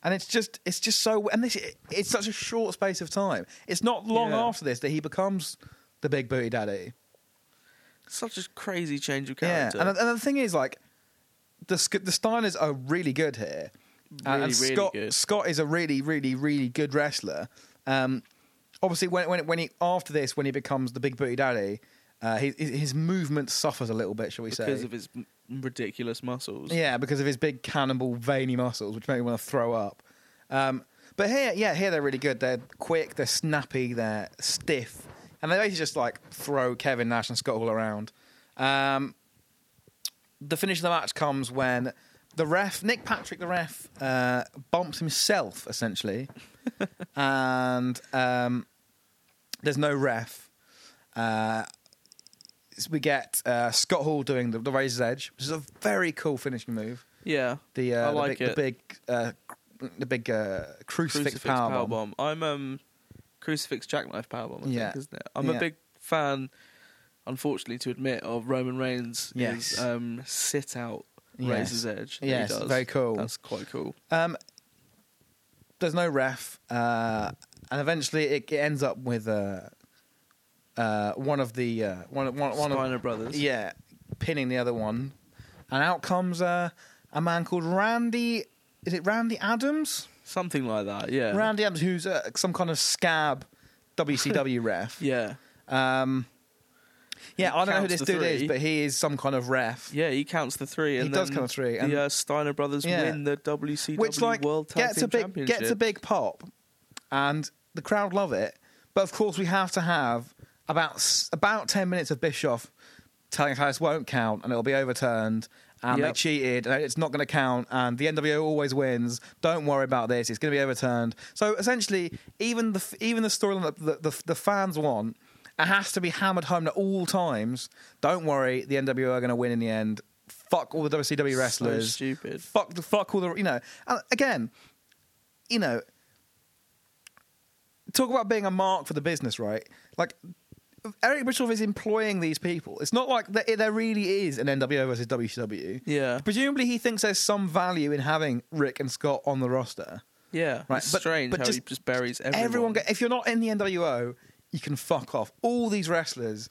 And it's just, it's just so, and this, it's such a short space of time. It's not long
Yeah.
after this that he becomes the big booty daddy.
Such a crazy change of character.
Yeah, and, and the thing is, like, the Sk- the Steiners are really good here, Uh,
Really,
and
really
Scott
good.
Scott is a really, really, really good wrestler. Um, obviously, when when when he after this, when he becomes the big booty daddy, uh, his his movement suffers a little bit, shall we
because
say?
of his m- ridiculous muscles.
yeah, because of his big cannonball veiny muscles, which make me want to throw up. Um, but here, yeah, here they're really good. They're quick, they're snappy, they're stiff, and they basically just like throw Kevin Nash and Scott all around. Um, the finish of the match comes when the ref, Nick Patrick, the ref, uh, bumps himself essentially, and um, there's no ref. Uh, so we get uh, Scott Hall doing the, the Razor's Edge, which is a very cool finishing move.
Yeah.
The
I
uh,
like
the
it.
big, the big, uh, the big uh, crucifix,
crucifix
power,
powerbomb. I'm um crucifix jackknife powerbomb. I
Yeah.
think, isn't it? I'm
Yeah.
a big fan, unfortunately to admit, of Roman Reigns.
Yes.
um, sit out
Yes.
Razor's Edge. that he
Yes,
does.
very cool.
That's quite cool.
Um, there's no ref, uh, and eventually it, it ends up with uh, uh, one of the uh, one one one
Steiner
of,
brothers.
yeah, pinning the other one, and out comes uh, a man called Randy. Is it Randy Adams?
Something like that. Yeah.
Randy Adams, who's uh, some kind of scab WCW ref.
yeah.
Um, yeah,
He
I don't know who
counts
this
the
dude is,
three.
but he is some kind of ref.
Yeah, he counts the three, and
does
then
count the three, and-
the uh, Steiner brothers
Yeah.
win the WCW
which like
E World Tag
gets
Team
a big
Championship.
gets a big pop, and the crowd love it. But of course, we have to have about s- about ten minutes of Bischoff telling how this won't count and it'll be overturned and they
Yep.
cheated and it's not going to count and the NWO always wins. Don't worry about this; it's going to be overturned. So essentially, even the f- even the storyline that the, the the fans want, it has to be hammered home at all times. Don't worry, the NWO are going to win in the end. Fuck all the WCW wrestlers.
stupid.
Fuck the fuck all the you know. And again, you know, talk about being a mark for the business, right? Like Eric Bischoff is employing these people. It's not like there, there really is an NWO versus WCW.
Yeah.
Presumably, he thinks there's some value in having Rick and Scott on the roster.
Yeah,
Right,
it's
but-
strange
but
how
just-
he just buries everyone.
Everyone, get, if you're not in the NWO, you can fuck off. All these wrestlers,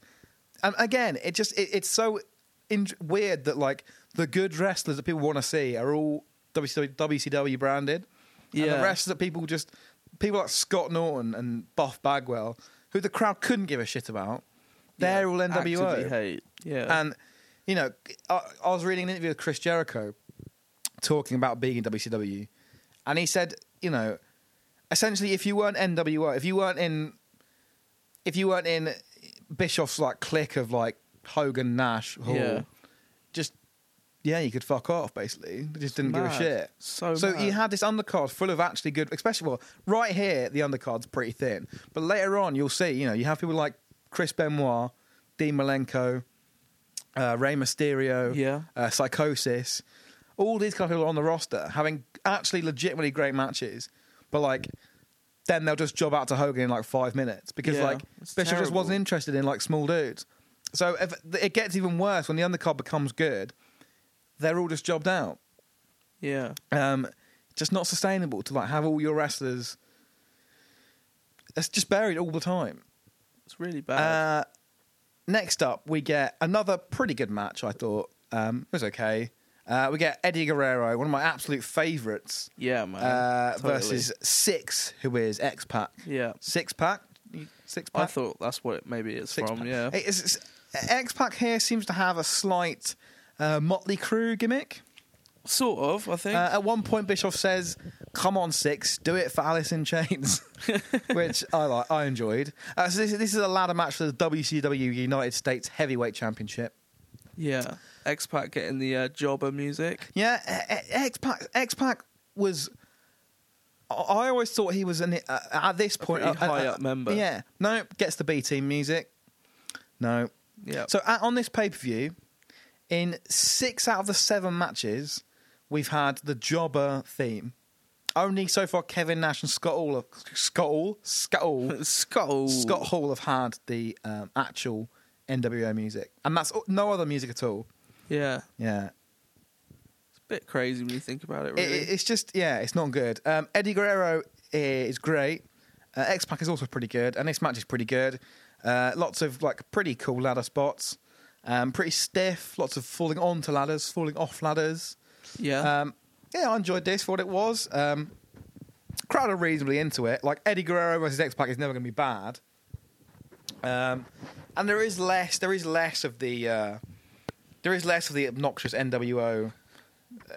and again, it just it, it's so in- weird that like the good wrestlers that people want to see are all WCW, WCW branded, and
Yeah.
the rest that people just people like Scott Norton and Buff Bagwell, who the crowd couldn't give a shit about, they're all NWO.
Actively hate. Yeah,
And you know, I, I was reading an interview with Chris Jericho talking about being in WCW, and he said, you know, essentially, if you weren't NWO, if you weren't in, if you weren't in Bischoff's like clique of like Hogan Nash Hall,
Yeah.
just yeah, you could fuck off. Basically, they just didn't give a
mad.
shit.
So
so you
mad.
had this undercard full of actually good, especially well, right here the undercard's pretty thin, but later on you'll see, you know, you have people like Chris Benoit, Dean Malenko, uh, Rey Mysterio,
Yeah.
uh, Psychosis, all these kind of people on the roster having actually legitimately great matches, but like then they'll just job out to Hogan in like five minutes because
Yeah,
like
it's
Bishop just
terrible.
wasn't interested in like small dudes. So if it gets even worse when the undercard becomes good, they're all just jobbed out
yeah,
um, just not sustainable to like have all your wrestlers that's just buried all the time.
it's really bad.
Uh, next up, we get another pretty good match. I thought um, it was okay. Uh, we get Eddie Guerrero, one of my absolute favourites,
yeah, man.
uh,
Totally.
versus Six, who is X Pac.
Yeah.
Six Pac. Six
I
Pac.
thought that's what it, maybe it's
Six
from.
Pac.
Yeah,
It is- it's- X-Pac here seems to have a slight uh, Motley Crue gimmick.
sort of. I think.
Uh, at one point, Bischoff says, "Come on, six, do it for Alice in Chains," which I like. I enjoyed. Uh, so this, this is a ladder match for the WCW United States Heavyweight Championship.
yeah, X Pac getting the uh, jobber music.
Yeah, E, X Pac. X Pac was. I- I always thought he was an, uh, at this point
pretty
uh, uh,
high
uh,
up member.
Yeah, no, gets the B team music. No.
Yeah.
So at, on this pay per view, in six out of the seven matches, we've had the jobber theme. Only so far, Kevin Nash and Scott Hall, have- Scott Hall, Scott Hall,
Scott.
Scott Hall have had the um, actual NWO music, and that's no other music at all.
Yeah, it's
Yeah,
a bit crazy when you think about it.
It-
Really.
it- it's just yeah, it's not good. Um, Eddie Guerrero is great. Uh, X Pac is also pretty good, and this match is pretty good. Uh, lots of like pretty cool ladder spots. Um, pretty stiff. Lots of falling onto ladders, falling off ladders.
yeah.
Um, yeah, I enjoyed this for what it was. Um, crowd are reasonably into it. Like Eddie Guerrero versus X Pac is never going to be bad. Um, and there is less. There is less of the. Uh, there is less of the obnoxious NWO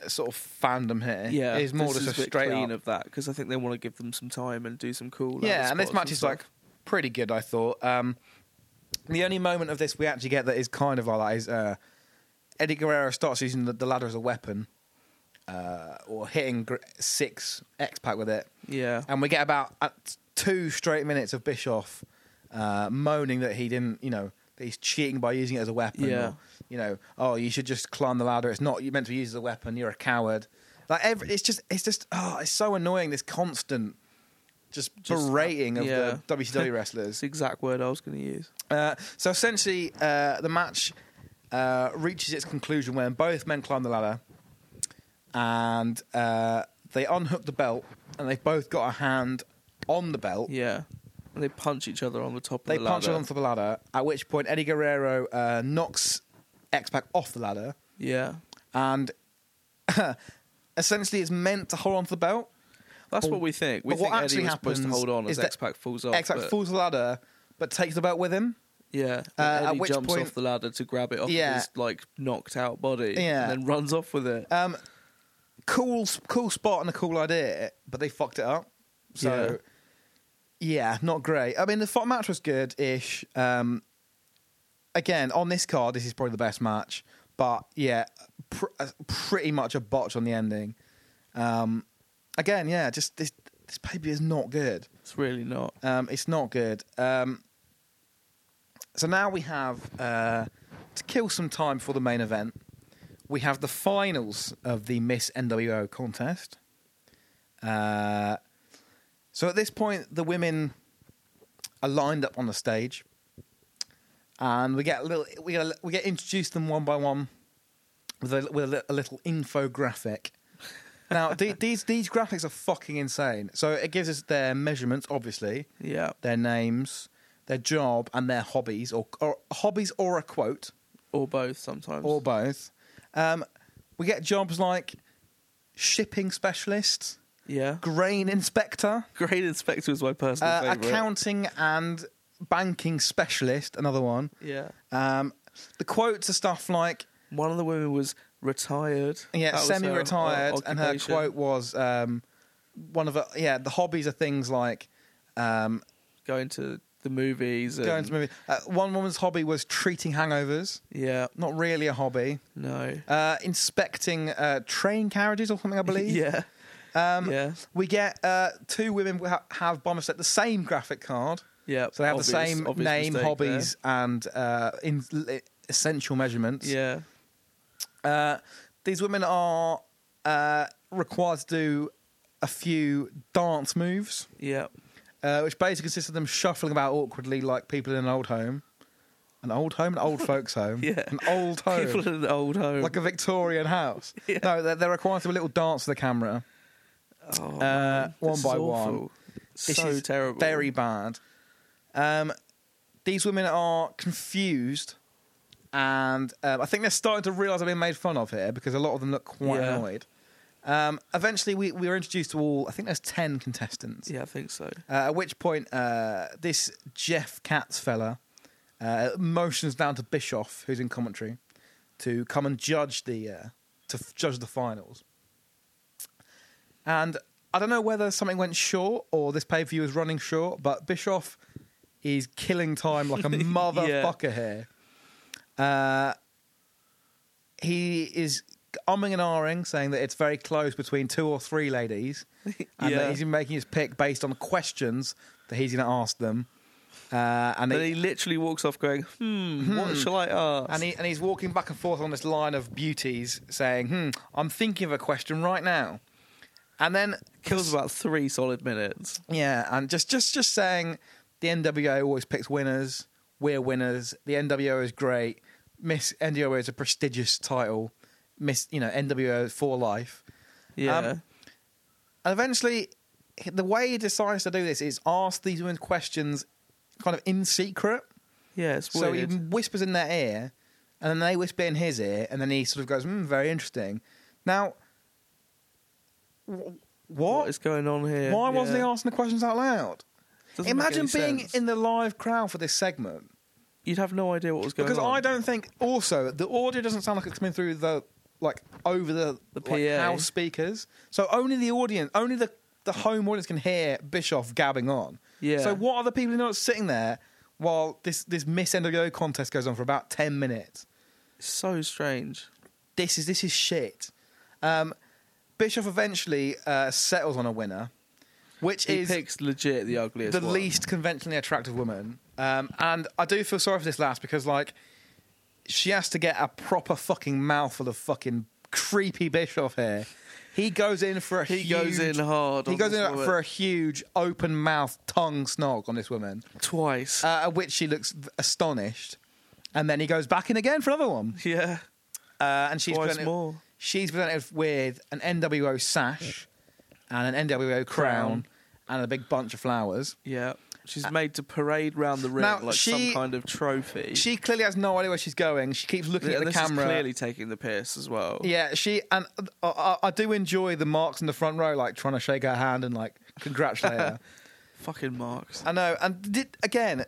uh, sort of fandom here.
yeah,
it is more
this
just
is
a
bit
straight
clean
up.
of that because I think they want to give them some time and do some cool. like,
yeah, and this
spots
match is
stuff.
like pretty good. I thought. Um, the only moment of this we actually get that is kind of like that is uh, Eddie Guerrero starts using the, the ladder as a weapon, uh, or hitting gr- six X Pac with it,
yeah,
and we get about uh, two straight minutes of Bischoff uh, moaning that he didn't, you know, that he's cheating by using it as a weapon.
Yeah.
or, you know, oh, you should just climb the ladder. It's not you meant to use it as a weapon. You're a coward. Like every, it's just, it's just, oh, it's so annoying. This constant, just,
Just, uh,
berating of
yeah.
the WCW wrestlers.
it's the exact word I was going to use.
Uh, so essentially, uh, the match uh, reaches its conclusion when both men climb the ladder and uh, they unhook the belt and they've both got a hand on the belt.
Yeah, and they punch each other on the top
They
of the ladder.
punch it onto the ladder, at which point Eddie Guerrero uh, knocks X Pac off the ladder
Yeah,
and essentially is meant to hold onto the belt.
that's
But-
what we think. We
but what
think Eddie
actually
was supposed to
happens
hold on as
is that
X Pac falls off.
X Pac
but-
falls the ladder but takes the belt with him.
Yeah, and
Uh, at
Eddie
which
jumps
point-
off the ladder to grab it off
Yeah.
his like knocked out body,
Yeah.
and then runs off with it.
Um, cool, cool spot and a cool idea, but they fucked it up. So Yeah, not great. I mean, the fought match was good ish. Um, again, on this card, this is probably the best match. But yeah, pr- uh, pretty much a botch on the ending. Um, again, yeah, just this this pay per view is not good.
It's really not.
Um, it's not good. Um, so now we have uh, to kill some time for the main event. We have the finals of the Miss NWO contest. Uh, so at this point, the women are lined up on the stage, and we get a little we get, a, we get introduced to them one by one with a with a, li- a little infographic. Now the, these these graphics are fucking insane. So it gives us their measurements, obviously,
Yeah.
their names, their job, and their hobbies, or, or hobbies or a quote,
Or both sometimes.
or both. Um, we get jobs like shipping specialist,
yeah.
grain inspector,
Grade inspector is my personal
uh,
favorite.
accounting and banking specialist, another one.
Yeah.
Um, the quotes are stuff like,
One of the women was retired. That
yeah,
was her o-
semi retired, and her
occupation.
quote was um, one of her, yeah, the hobbies are things like um,
going to the movies. And,
going to movie. Uh, one woman's hobby was treating hangovers,
Yeah.
not really a hobby.
No.
Uh, inspecting uh, train carriages or something, I believe.
yeah.
Um,
yeah.
We get uh, two women who ha- have by mistake the same graphic card.
Yeah.
So they have the
obvious-
same
obvious
name,
mistake
hobbies, and uh, in, essential measurements.
there.
Uh, these women are uh, required to do a few dance moves,
Yeah. Yeah.
uh, which basically consists of them shuffling about awkwardly like people in an old home. An old home? An old folks' home?
Yeah.
An old home.
People in an old home.
like a Victorian house.
Yeah.
No, they're, they're required to do a little dance to the camera.
oh,
uh, one
this is
by one.
awful.
This
So
is
terrible.
Very bad. Um, these women are confused, and um, I think they're starting to realise they're being made fun of here because a lot of them look quite
Yeah.
annoyed. Um, eventually, we, we were introduced to all. I think there's ten contestants.
Yeah, I think so.
Uh, at which point, uh, this Jeff Katz fella uh, motions down to Bischoff, who's in commentary, to come and judge the uh, to f- judge the finals. And I don't know whether something went short or this pay per view is running short, but Bischoff is killing time like a motherfucker here. Uh, he is umming and ahhing, saying that it's very close between two or three ladies, and
Yeah.
that he's making his pick based on questions that he's going to ask them. Uh, and,
Then
he,
he literally walks off going, hmm, what shall I ask?
and, he, and he's walking back and forth on this line of beauties, saying, hmm, I'm thinking of a question right now. And then
kills about three solid minutes.
Yeah, and just just just saying, the NWO always picks winners. We're winners. The NWO is great. Miss NWO is a prestigious title. Miss, you know, NWO for life.
Yeah.
Um, And eventually, the way he decides to do this is ask these women questions, kind of in secret.
yeah, it's
So he
weird.
whispers in their ear, and then they whisper in his ear, and then he sort of goes, "Hmm, very interesting." Now, wh-
what
what?
is going on here?
Why wasn't he
Yeah.
asking the questions out loud?
Doesn't make
Imagine
any
being
sense.
in the live crowd for this segment
You'd have no idea what was going
because
on.
I don't think. Also, the audio doesn't sound like it's coming through the like over the,
The
like,
PA.
house speakers. So only the audience, only the the home audience can hear Bischoff gabbing on.
Yeah.
So what are the people who are not sitting there while this this Miss NWO contest goes on for about ten minutes?
So strange.
This is this is shit. Um, Bischoff eventually uh, settles on a winner, which
He
is
picks legit the ugliest
the
one.
least conventionally attractive woman. Um, and I do feel sorry for this last because, like, she has to get a proper fucking mouthful of fucking creepy Bischoff here. He goes in for a
He
huge,
goes in hard
He
on
goes
this
in
woman.
for a huge open mouth tongue snog on this woman,
Twice.
uh, at which she looks astonished, and then he goes back in again for another one.
yeah.
Uh, and she's
Twice
presented,
more.
She's presented with an NWO sash and an NWO crown
Crown.
and a big bunch of flowers.
Yeah. She's made to parade round the ring
Uh, Now,
like
she-
some kind of trophy.
She clearly has no idea where she's going. She keeps looking
and
at the
this
camera.
is clearly taking the piss as well.
Yeah, she and I, I, I do enjoy the marks in the front row, like trying to shake her hand and like congratulate her.
Fucking marks.
I know. And did, again,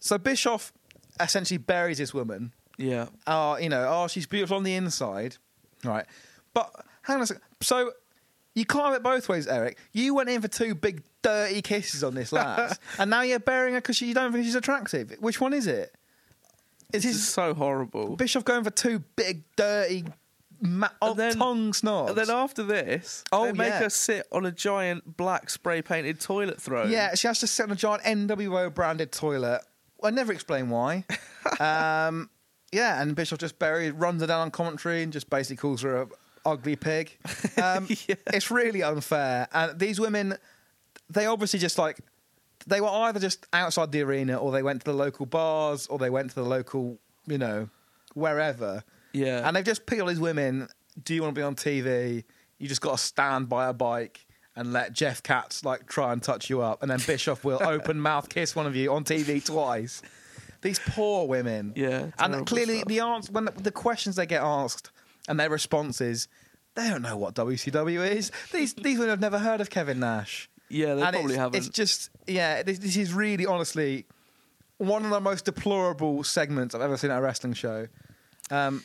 so Bischoff essentially buries this woman. Uh,
Yeah.
Oh, you know, oh, she's beautiful on the inside, right? But hang on a second. So You can't have it both ways, Eric. You went in for two big dirty kisses on this lass, and now you're burying her because you don't think she's attractive. Which one is it? Is
This is
his
so horrible.
Bishop going for two big dirty ma-
And then-
tongue snobs?
And then after this,
Oh,
they make
yeah.
her sit on a giant black spray painted toilet throne.
Yeah, she has to sit on a giant NWO branded toilet. I never explain why. um, yeah, and Bishop just buries, runs her down on commentary and just basically calls her a ugly pig. Um,
Yeah.
It's really unfair. And these women, they obviously just like, they were either just outside the arena or they went to the local bars or they went to the local, you know, wherever.
Yeah.
And they've just picked all these women. Do you want to be on TV? You just got to stand by a bike and let Jeff Katz like try and touch you up, and then Bischoff will open mouth kiss one of you on TV twice. These poor women.
Yeah,
And
terrible
clearly
stuff.
the answer when the, the questions they get asked and their responses, they don't know what WCW is. These these women have never heard of Kevin Nash.
Yeah, they
And
probably
it's,
haven't.
It's just yeah, this, this is really honestly one of the most deplorable segments I've ever seen at a wrestling show. Um,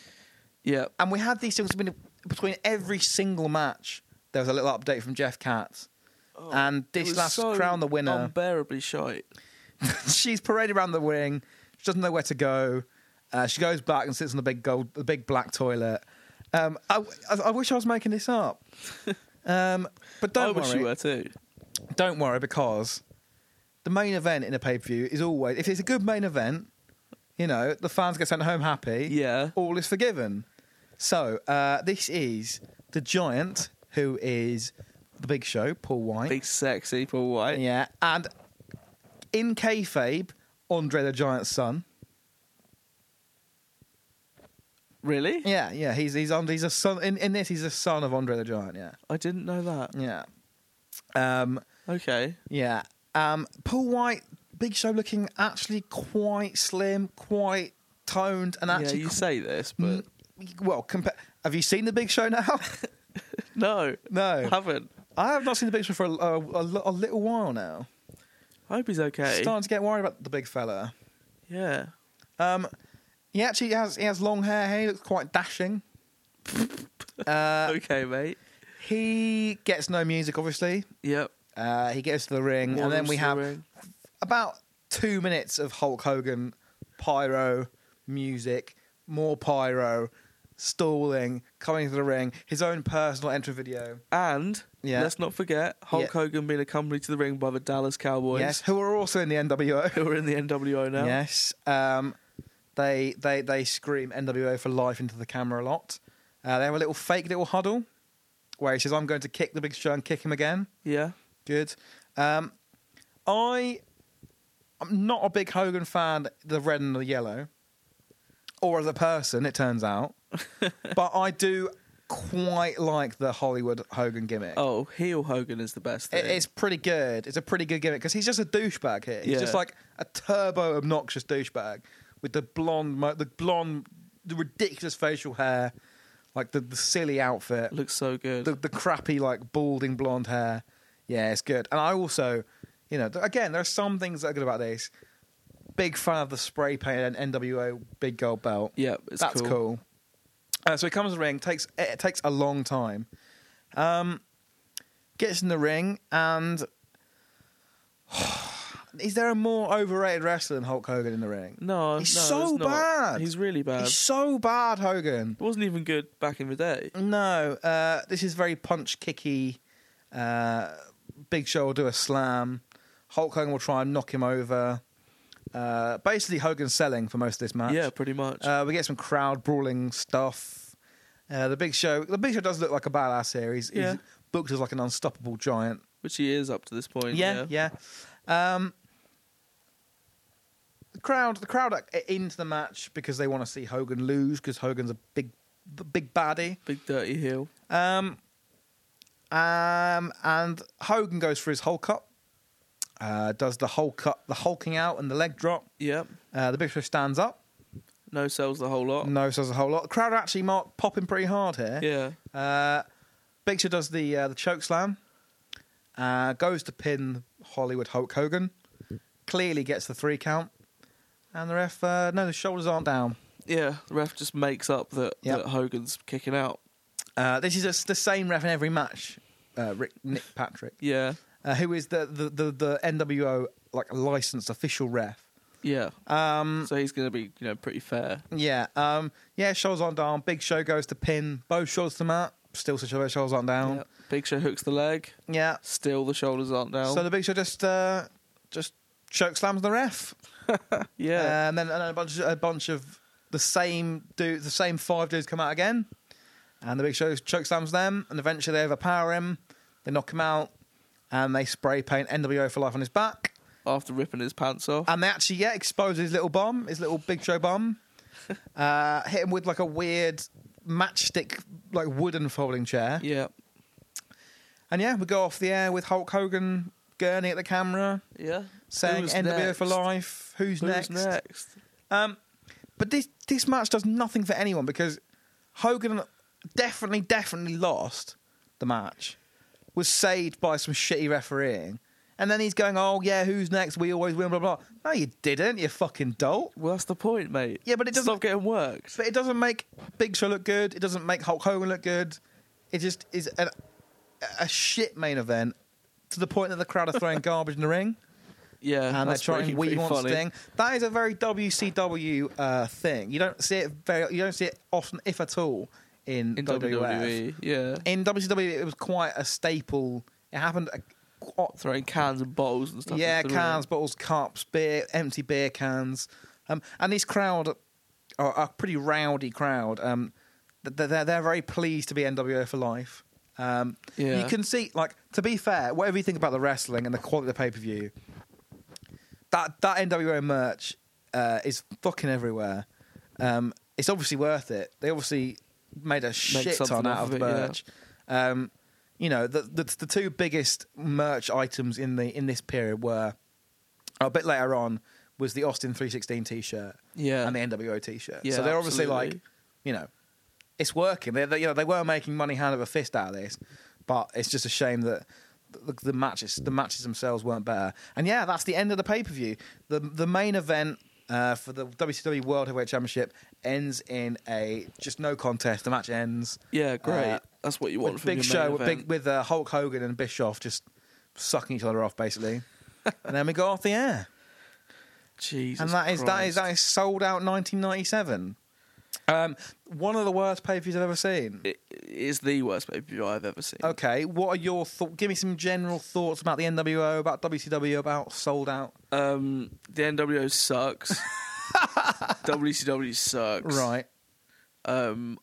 yeah.
and we had these things between, between every single match. There was a little update from Jeff Katz. and
Oh, It
this
was
last
so
crown the winner.
Unbearably shite.
She's paraded around the ring. She doesn't know where to go. Uh, she goes back and sits on the big gold, the big black toilet. Um, I, I, I wish I was making this up. Um, but
I
don't
wish
worry.
you were too.
Don't worry because the main event in a pay per view is always if it's a good main event, you know the fans get sent home happy.
Yeah.
all is forgiven. So uh, this is the giant who is the Big Show, Paul White.
Big sexy Paul White.
Yeah, and in kayfabe, Andre the Giant's son.
Really?
Yeah, yeah, he's he's on he's a son in, in this he's a son of Andre the Giant. Yeah,
I didn't know that.
yeah, um,
Okay.
yeah. Um, Paul White, Big Show, looking actually quite slim, quite toned, and
yeah,
actually
you say this,
qu-
but
well. Compa- have you seen the Big Show now?
no, I
no,
haven't.
I have not seen the Big Show for a, a, a li- a little while now.
I hope he's okay.
Starting to get worried about the big fella.
Yeah.
Um, he actually has he has long hair. He looks quite dashing. Uh,
okay, mate.
he gets no music, obviously.
Yep.
Uh, he goes to the ring, and then
Models
we
to
have
the ring.
about two minutes of Hulk Hogan, pyro, music, more pyro, stalling, coming to the ring, his own personal intro video.
and
Yeah.
let's not forget Hulk
Yeah.
Hogan being accompanied to the ring by the Dallas Cowboys,
Yes, who are also in the NWO.
who are in the NWO now.
Yes. Um, they they they scream NWO for life into the camera a lot. Uh, they have a little fake little huddle where he says, "I'm going to kick the big show and kick him again."
Yeah.
Good. Um, I I'm not a big Hogan fan. The red and the yellow, or as a person, it turns out, but I do quite like the Hollywood Hogan gimmick.
Oh, heel Hogan is the best thing.
It- It's pretty good. It's a pretty good gimmick because he's just a douchebag here. He's
Yeah.
just like a turbo obnoxious douchebag with the blonde, mo- the blonde, the ridiculous facial hair, like the, the silly outfit,
Looks so good.
the, the crappy like balding blonde hair. Yeah, it's good. And I also, you know, th- again, there are some things that are good about this. Big fan of the spray painted NWO big gold belt.
yeah, it's
That's
cool.
cool. Uh, so he comes to the ring. takes It takes a long time. Um, gets in the ring and. Is there a more overrated wrestler than Hulk Hogan in the ring?
No,
He's
no,
so
it's not.
bad.
He's really bad.
He's so bad, Hogan.
It wasn't even good back in the day.
No, uh, this is very punch kicky. Uh, Big Show will do a slam. Hulk Hogan will try and knock him over. Uh, basically, Hogan's selling for most of this match.
Yeah, pretty much.
Uh, we get some crowd brawling stuff. Uh, the Big Show, the Big Show does look like a badass here. He's,
Yeah.
he's booked as like an unstoppable giant.
Which he is up to this point.
Yeah,
Yeah.
yeah. Um, the crowd, the crowd are into the match because they want to see Hogan lose because Hogan's a big, big baddie.
Big dirty heel.
Um, um, and Hogan goes for his Hulk up. Uh, does the Hulk up, the hulking out, and the leg drop.
Yep.
Uh, the Big Show stands up.
No sells the whole lot.
No, says a whole lot. The crowd are actually mark, popping pretty hard here.
Oh. Yeah.
Uh, Big Show does the uh, the choke slam, uh, goes to pin Hollywood Hulk Hogan, clearly gets the three count, and the ref uh, no, the shoulders aren't down.
Yeah. The ref just makes up that,
Yep.
that Hogan's kicking out.
Uh, this is just the same ref in every match. uh, Rick Nick Patrick,
Yeah.
uh, who is the, the, the, the NWO like licensed official ref.
Yeah.
Um,
so he's going to be, you know, pretty fair.
yeah, um, yeah. Shows on down. Big Show goes to pin. Both shoulders to mat. Still, shows shoulders on down.
Yeah. Big Show hooks the leg.
Yeah.
Still, the shoulders aren't down.
So the Big Show just uh, just choke slams the ref,
yeah.
Um, and then and then a bunch a bunch of the same dude, the same five dudes come out again, and the Big Show choke slams them, and eventually they overpower him, they knock him out, and they spray paint NWO for life on his back,
after ripping his pants off.
and they actually yeah expose his little bomb, his little Big Show bomb, uh, hit him with like a weird matchstick like wooden folding chair,
yeah.
and yeah we go off the air with Hulk Hogan gurning at the camera.
Yeah.
saying
Who's
NWO for
next?
life. Who's,
Who's
next?
next?
Um, but this this match does nothing for anyone because Hogan definitely definitely lost the match, was saved by some shitty refereeing, and then he's going, "Oh yeah, who's next? We always win." Blah blah. blah. No, you didn't. You fucking dolt.
Well, that's the point, mate.
Yeah, but it doesn't-
Stop getting worked.
But it doesn't make Big Show look good. It doesn't make Hulk Hogan look good. It just is an, a shit main event to the point that the crowd are throwing garbage in the ring.
Yeah,
and they're
Uh, that's
trying
pretty-
to we
pretty
want
funny.
Sting. That is a very WCW uh, thing. You don't see it very. You don't see it often, if at all, in,
in E.
WWF.
WWE. Yeah,
In WCW, it was quite a staple. It happened. A, quite-
throwing cans and bottles and stuff.
yeah,
into the
cans, bottles, cups, beer, empty beer cans, um, and this crowd are are a pretty rowdy crowd. Um, th- th- they're they're very pleased to be NWO for life. Um,
Yeah.
You can see, like, to be fair, whatever you think about the wrestling and the quality of the pay per view, that that NWO merch uh, is fucking everywhere. Um, it's obviously worth it. They obviously made a shit ton
something
out
off
of
of it, yeah.
merch. Um, you know, the, the the two biggest merch items in the in this period were a bit later on was the Austin 316 t-shirt
Yeah.
and the NWO t-shirt.
Yeah,
so they're obviously
absolutely.
like, you know, it's working. They, they you know they were making money hand over fist out of this, but it's just a shame that the, the matches the matches themselves weren't better. And yeah, that's the end of the pay per view. The the main event. Uh, for the WCW World Heavyweight Championship ends in a just no contest. The match ends.
Yeah, great.
Uh,
that's what you want
With
from
big
your
show
main
with,
event.
big, with uh, Hulk Hogan and Bischoff just sucking each other off basically, and then we go off the air
Jesus,
and that is that is that
Christ.
is sold out 1997. Um, one of the worst pay per views I've ever seen.
It is the worst pay per view I've ever seen.
Okay, what are your thoughts? Give me some general thoughts about the NWO, about WCW, about sold out.
Um, the NWO sucks. WCW sucks.
Right.
Um,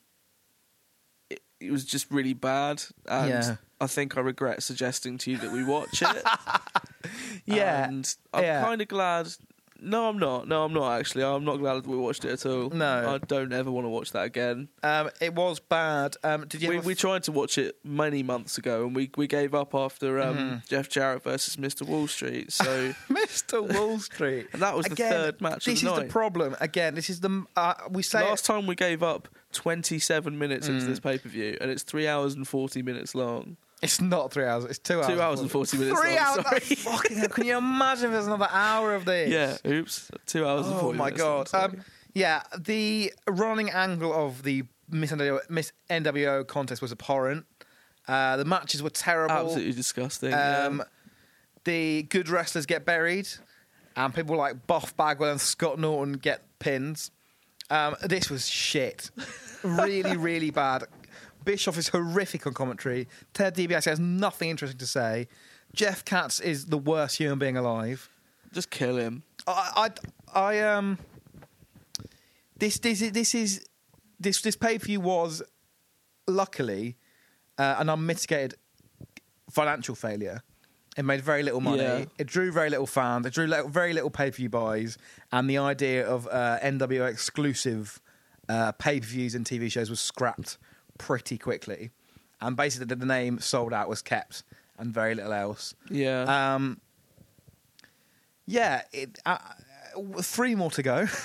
it, it was just really bad, and
Yeah.
I think I regret suggesting to you that we watch it.
Yeah.
And I'm
yeah.
kind of glad. No, I'm not. No, I'm not actually. I'm not glad we watched it at all.
No.
I don't ever want to watch that again.
Um, it was bad. Um, did you?
we,
have a
we
f-
tried to watch it many months ago and we, we gave up after um,
Mm-hmm.
Jeff Jarrett versus Mr. Wall Street. So
Mr. Wall Street.
And that was the
Again,
third match of
This
the
is the
night.
problem. Again, this is the uh, we say it- Mm.
last time we gave up 27 minutes into this pay per view and it's three hours and 40 minutes long.
it's not three hours. It's two hours.
hours and 40 minutes
Three
long,
hours.
sorry.
Fucking hell, Can you imagine if there's another hour of this?
Yeah, oops. Two hours and
Oh
40
my
minutes long,
god!
sorry.
Um, yeah, the running angle of the Miss NWO, Miss NWO contest was abhorrent. Uh, the matches were terrible.
Absolutely disgusting.
Um,
yeah.
The good wrestlers get buried, and people like Buff Bagwell and Scott Norton get pins. Um, this was shit. really, really bad. Bischoff is horrific on commentary. Ted DiBiase has nothing interesting to say. Jeff Katz is the worst human being alive.
Just kill him.
I, I, I um. This, this, is- this is this this pay per view was, luckily, uh, an unmitigated financial failure. It made very little money.
Yeah.
It drew very little fans. It drew little, very little pay per view buys. And the idea of uh, NWO exclusive uh, pay per views and TV shows was scrapped pretty quickly. And basically, the name sold out was kept, and very little else.
Yeah.
Um, yeah, it, uh, uh, three more to go.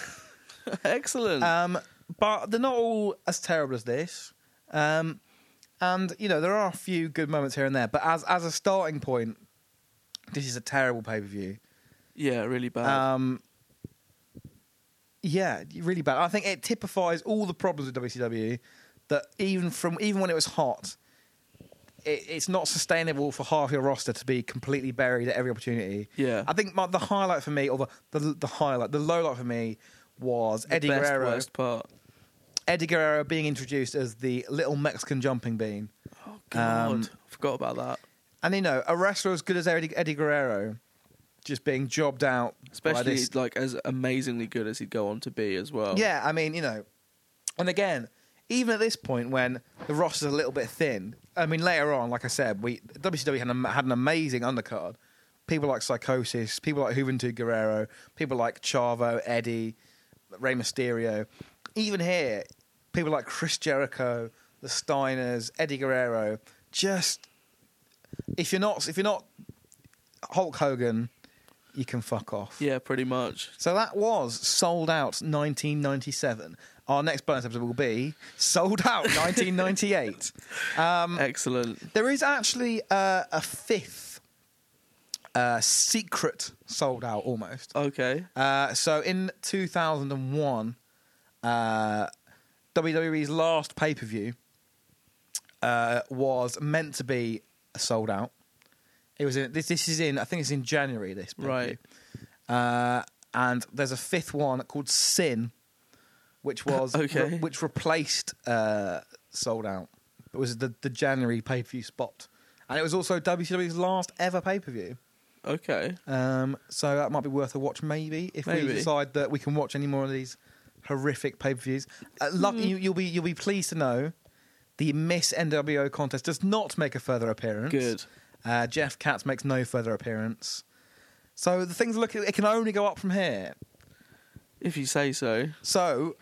Uh, Excellent.
Um, but they're not all as terrible as this. Um, and, you know, there are a few good moments here and there. But as, as a starting point, this is a terrible pay per view.
yeah, really bad.
Um, yeah, really bad. I think it typifies all the problems with WCW that even from even when it was hot, it, it's not sustainable for half your roster to be completely buried at every opportunity.
Yeah.
I think my, the highlight for me, or the, the the highlight, the low light for me, was Eddie
Best
Guerrero.
worst part.
Eddie Guerrero being introduced as the little Mexican jumping bean,
Oh god,
Um,
forgot about that.
and you know a wrestler as good as Eddie, Eddie Guerrero, just being jobbed out. by
Especially
this-
like as amazingly good as he'd go on to be as well.
yeah, I mean you know, and again, even at this point when the roster's a little bit thin, I mean later on, like I said, we WCW had an, had an amazing undercard. People like Psychosis, people like Juventud Guerrero, people like Chavo, Eddie, Rey Mysterio. Even here, people like Chris Jericho, the Steiners, Eddie Guerrero, just if you're not if you're not Hulk Hogan, you can fuck off.
Yeah, pretty much.
So that was sold out 1997. Our next bonus episode will be sold out 1998. Mm.
Excellent.
there is actually uh, a fifth uh, secret sold out almost.
Okay.
Uh, so in 2001, uh, WWE's last pay per view uh, was meant to be sold out. It was in, this. This is in I think it's in January. This pay-per-view.
Right.
Uh, and there's a fifth one called Sin, which was
Okay.
re- which replaced uh, Sold Out. It was the the January pay per view spot, and it was also WCW's last ever pay per view.
Okay.
Um, so that might be worth a watch, maybe if we
Maybe.
decide that we can watch any more of these horrific pay per views. Uh, luck-
Mm.
you, you'll be you'll be pleased to know the Miss NWO contest does not make a further appearance.
Good.
Uh, Jeff Katz makes no further appearance. So the things look it can only go up from here.
If you say so.
So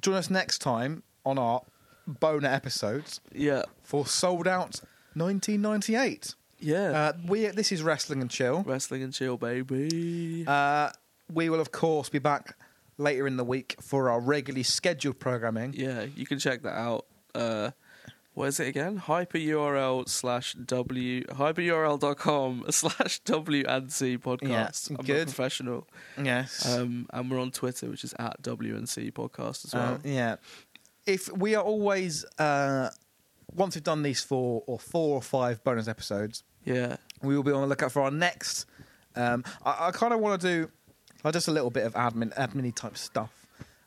join us next time on our boner episodes
Yeah.
for Sold Out 1998.
Yeah.
Uh, we this is Wrestling and Chill.
Wrestling and chill, baby.
Uh, we will, of course, be back later in the week for our regularly scheduled programming.
yeah, you can check that out. Uh, what is it again? Hyperurl slash W hyperurl.com slash W and C podcast.
Yeah,
I'm
good.
a professional.
Yes.
Um, and we're on Twitter, which is at W and C podcast as well.
Uh, yeah. If we are always, uh, once we've done these four or four or five bonus episodes,
yeah.
we will be on the lookout for our next. Um, I, I kind of want to do uh, just a little bit of admin, admin type stuff.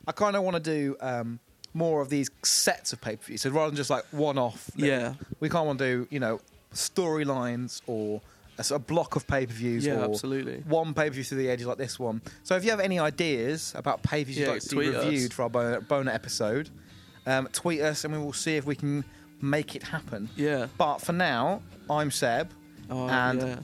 I kind of want to do um, more of these sets of pay per views. So rather than just like one off,
Yeah.
we can't want to do you know storylines or a, s- a block of pay per views.
Yeah,
or
absolutely.
One pay per view through the edges like this one. So if you have any ideas about pay per views you'd
Yeah,
like to see
tweet us.
reviewed for our boner, boner episode, um, tweet us and we will see if we can make it happen.
Yeah.
But for now, I'm Seb.
Oh,
and
yeah.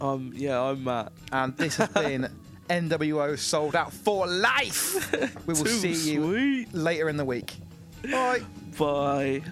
Um, yeah, I'm Matt.
and this has been NWO sold out for life. We will
Too
see you
sweet.
later in the week. Bye.
Bye.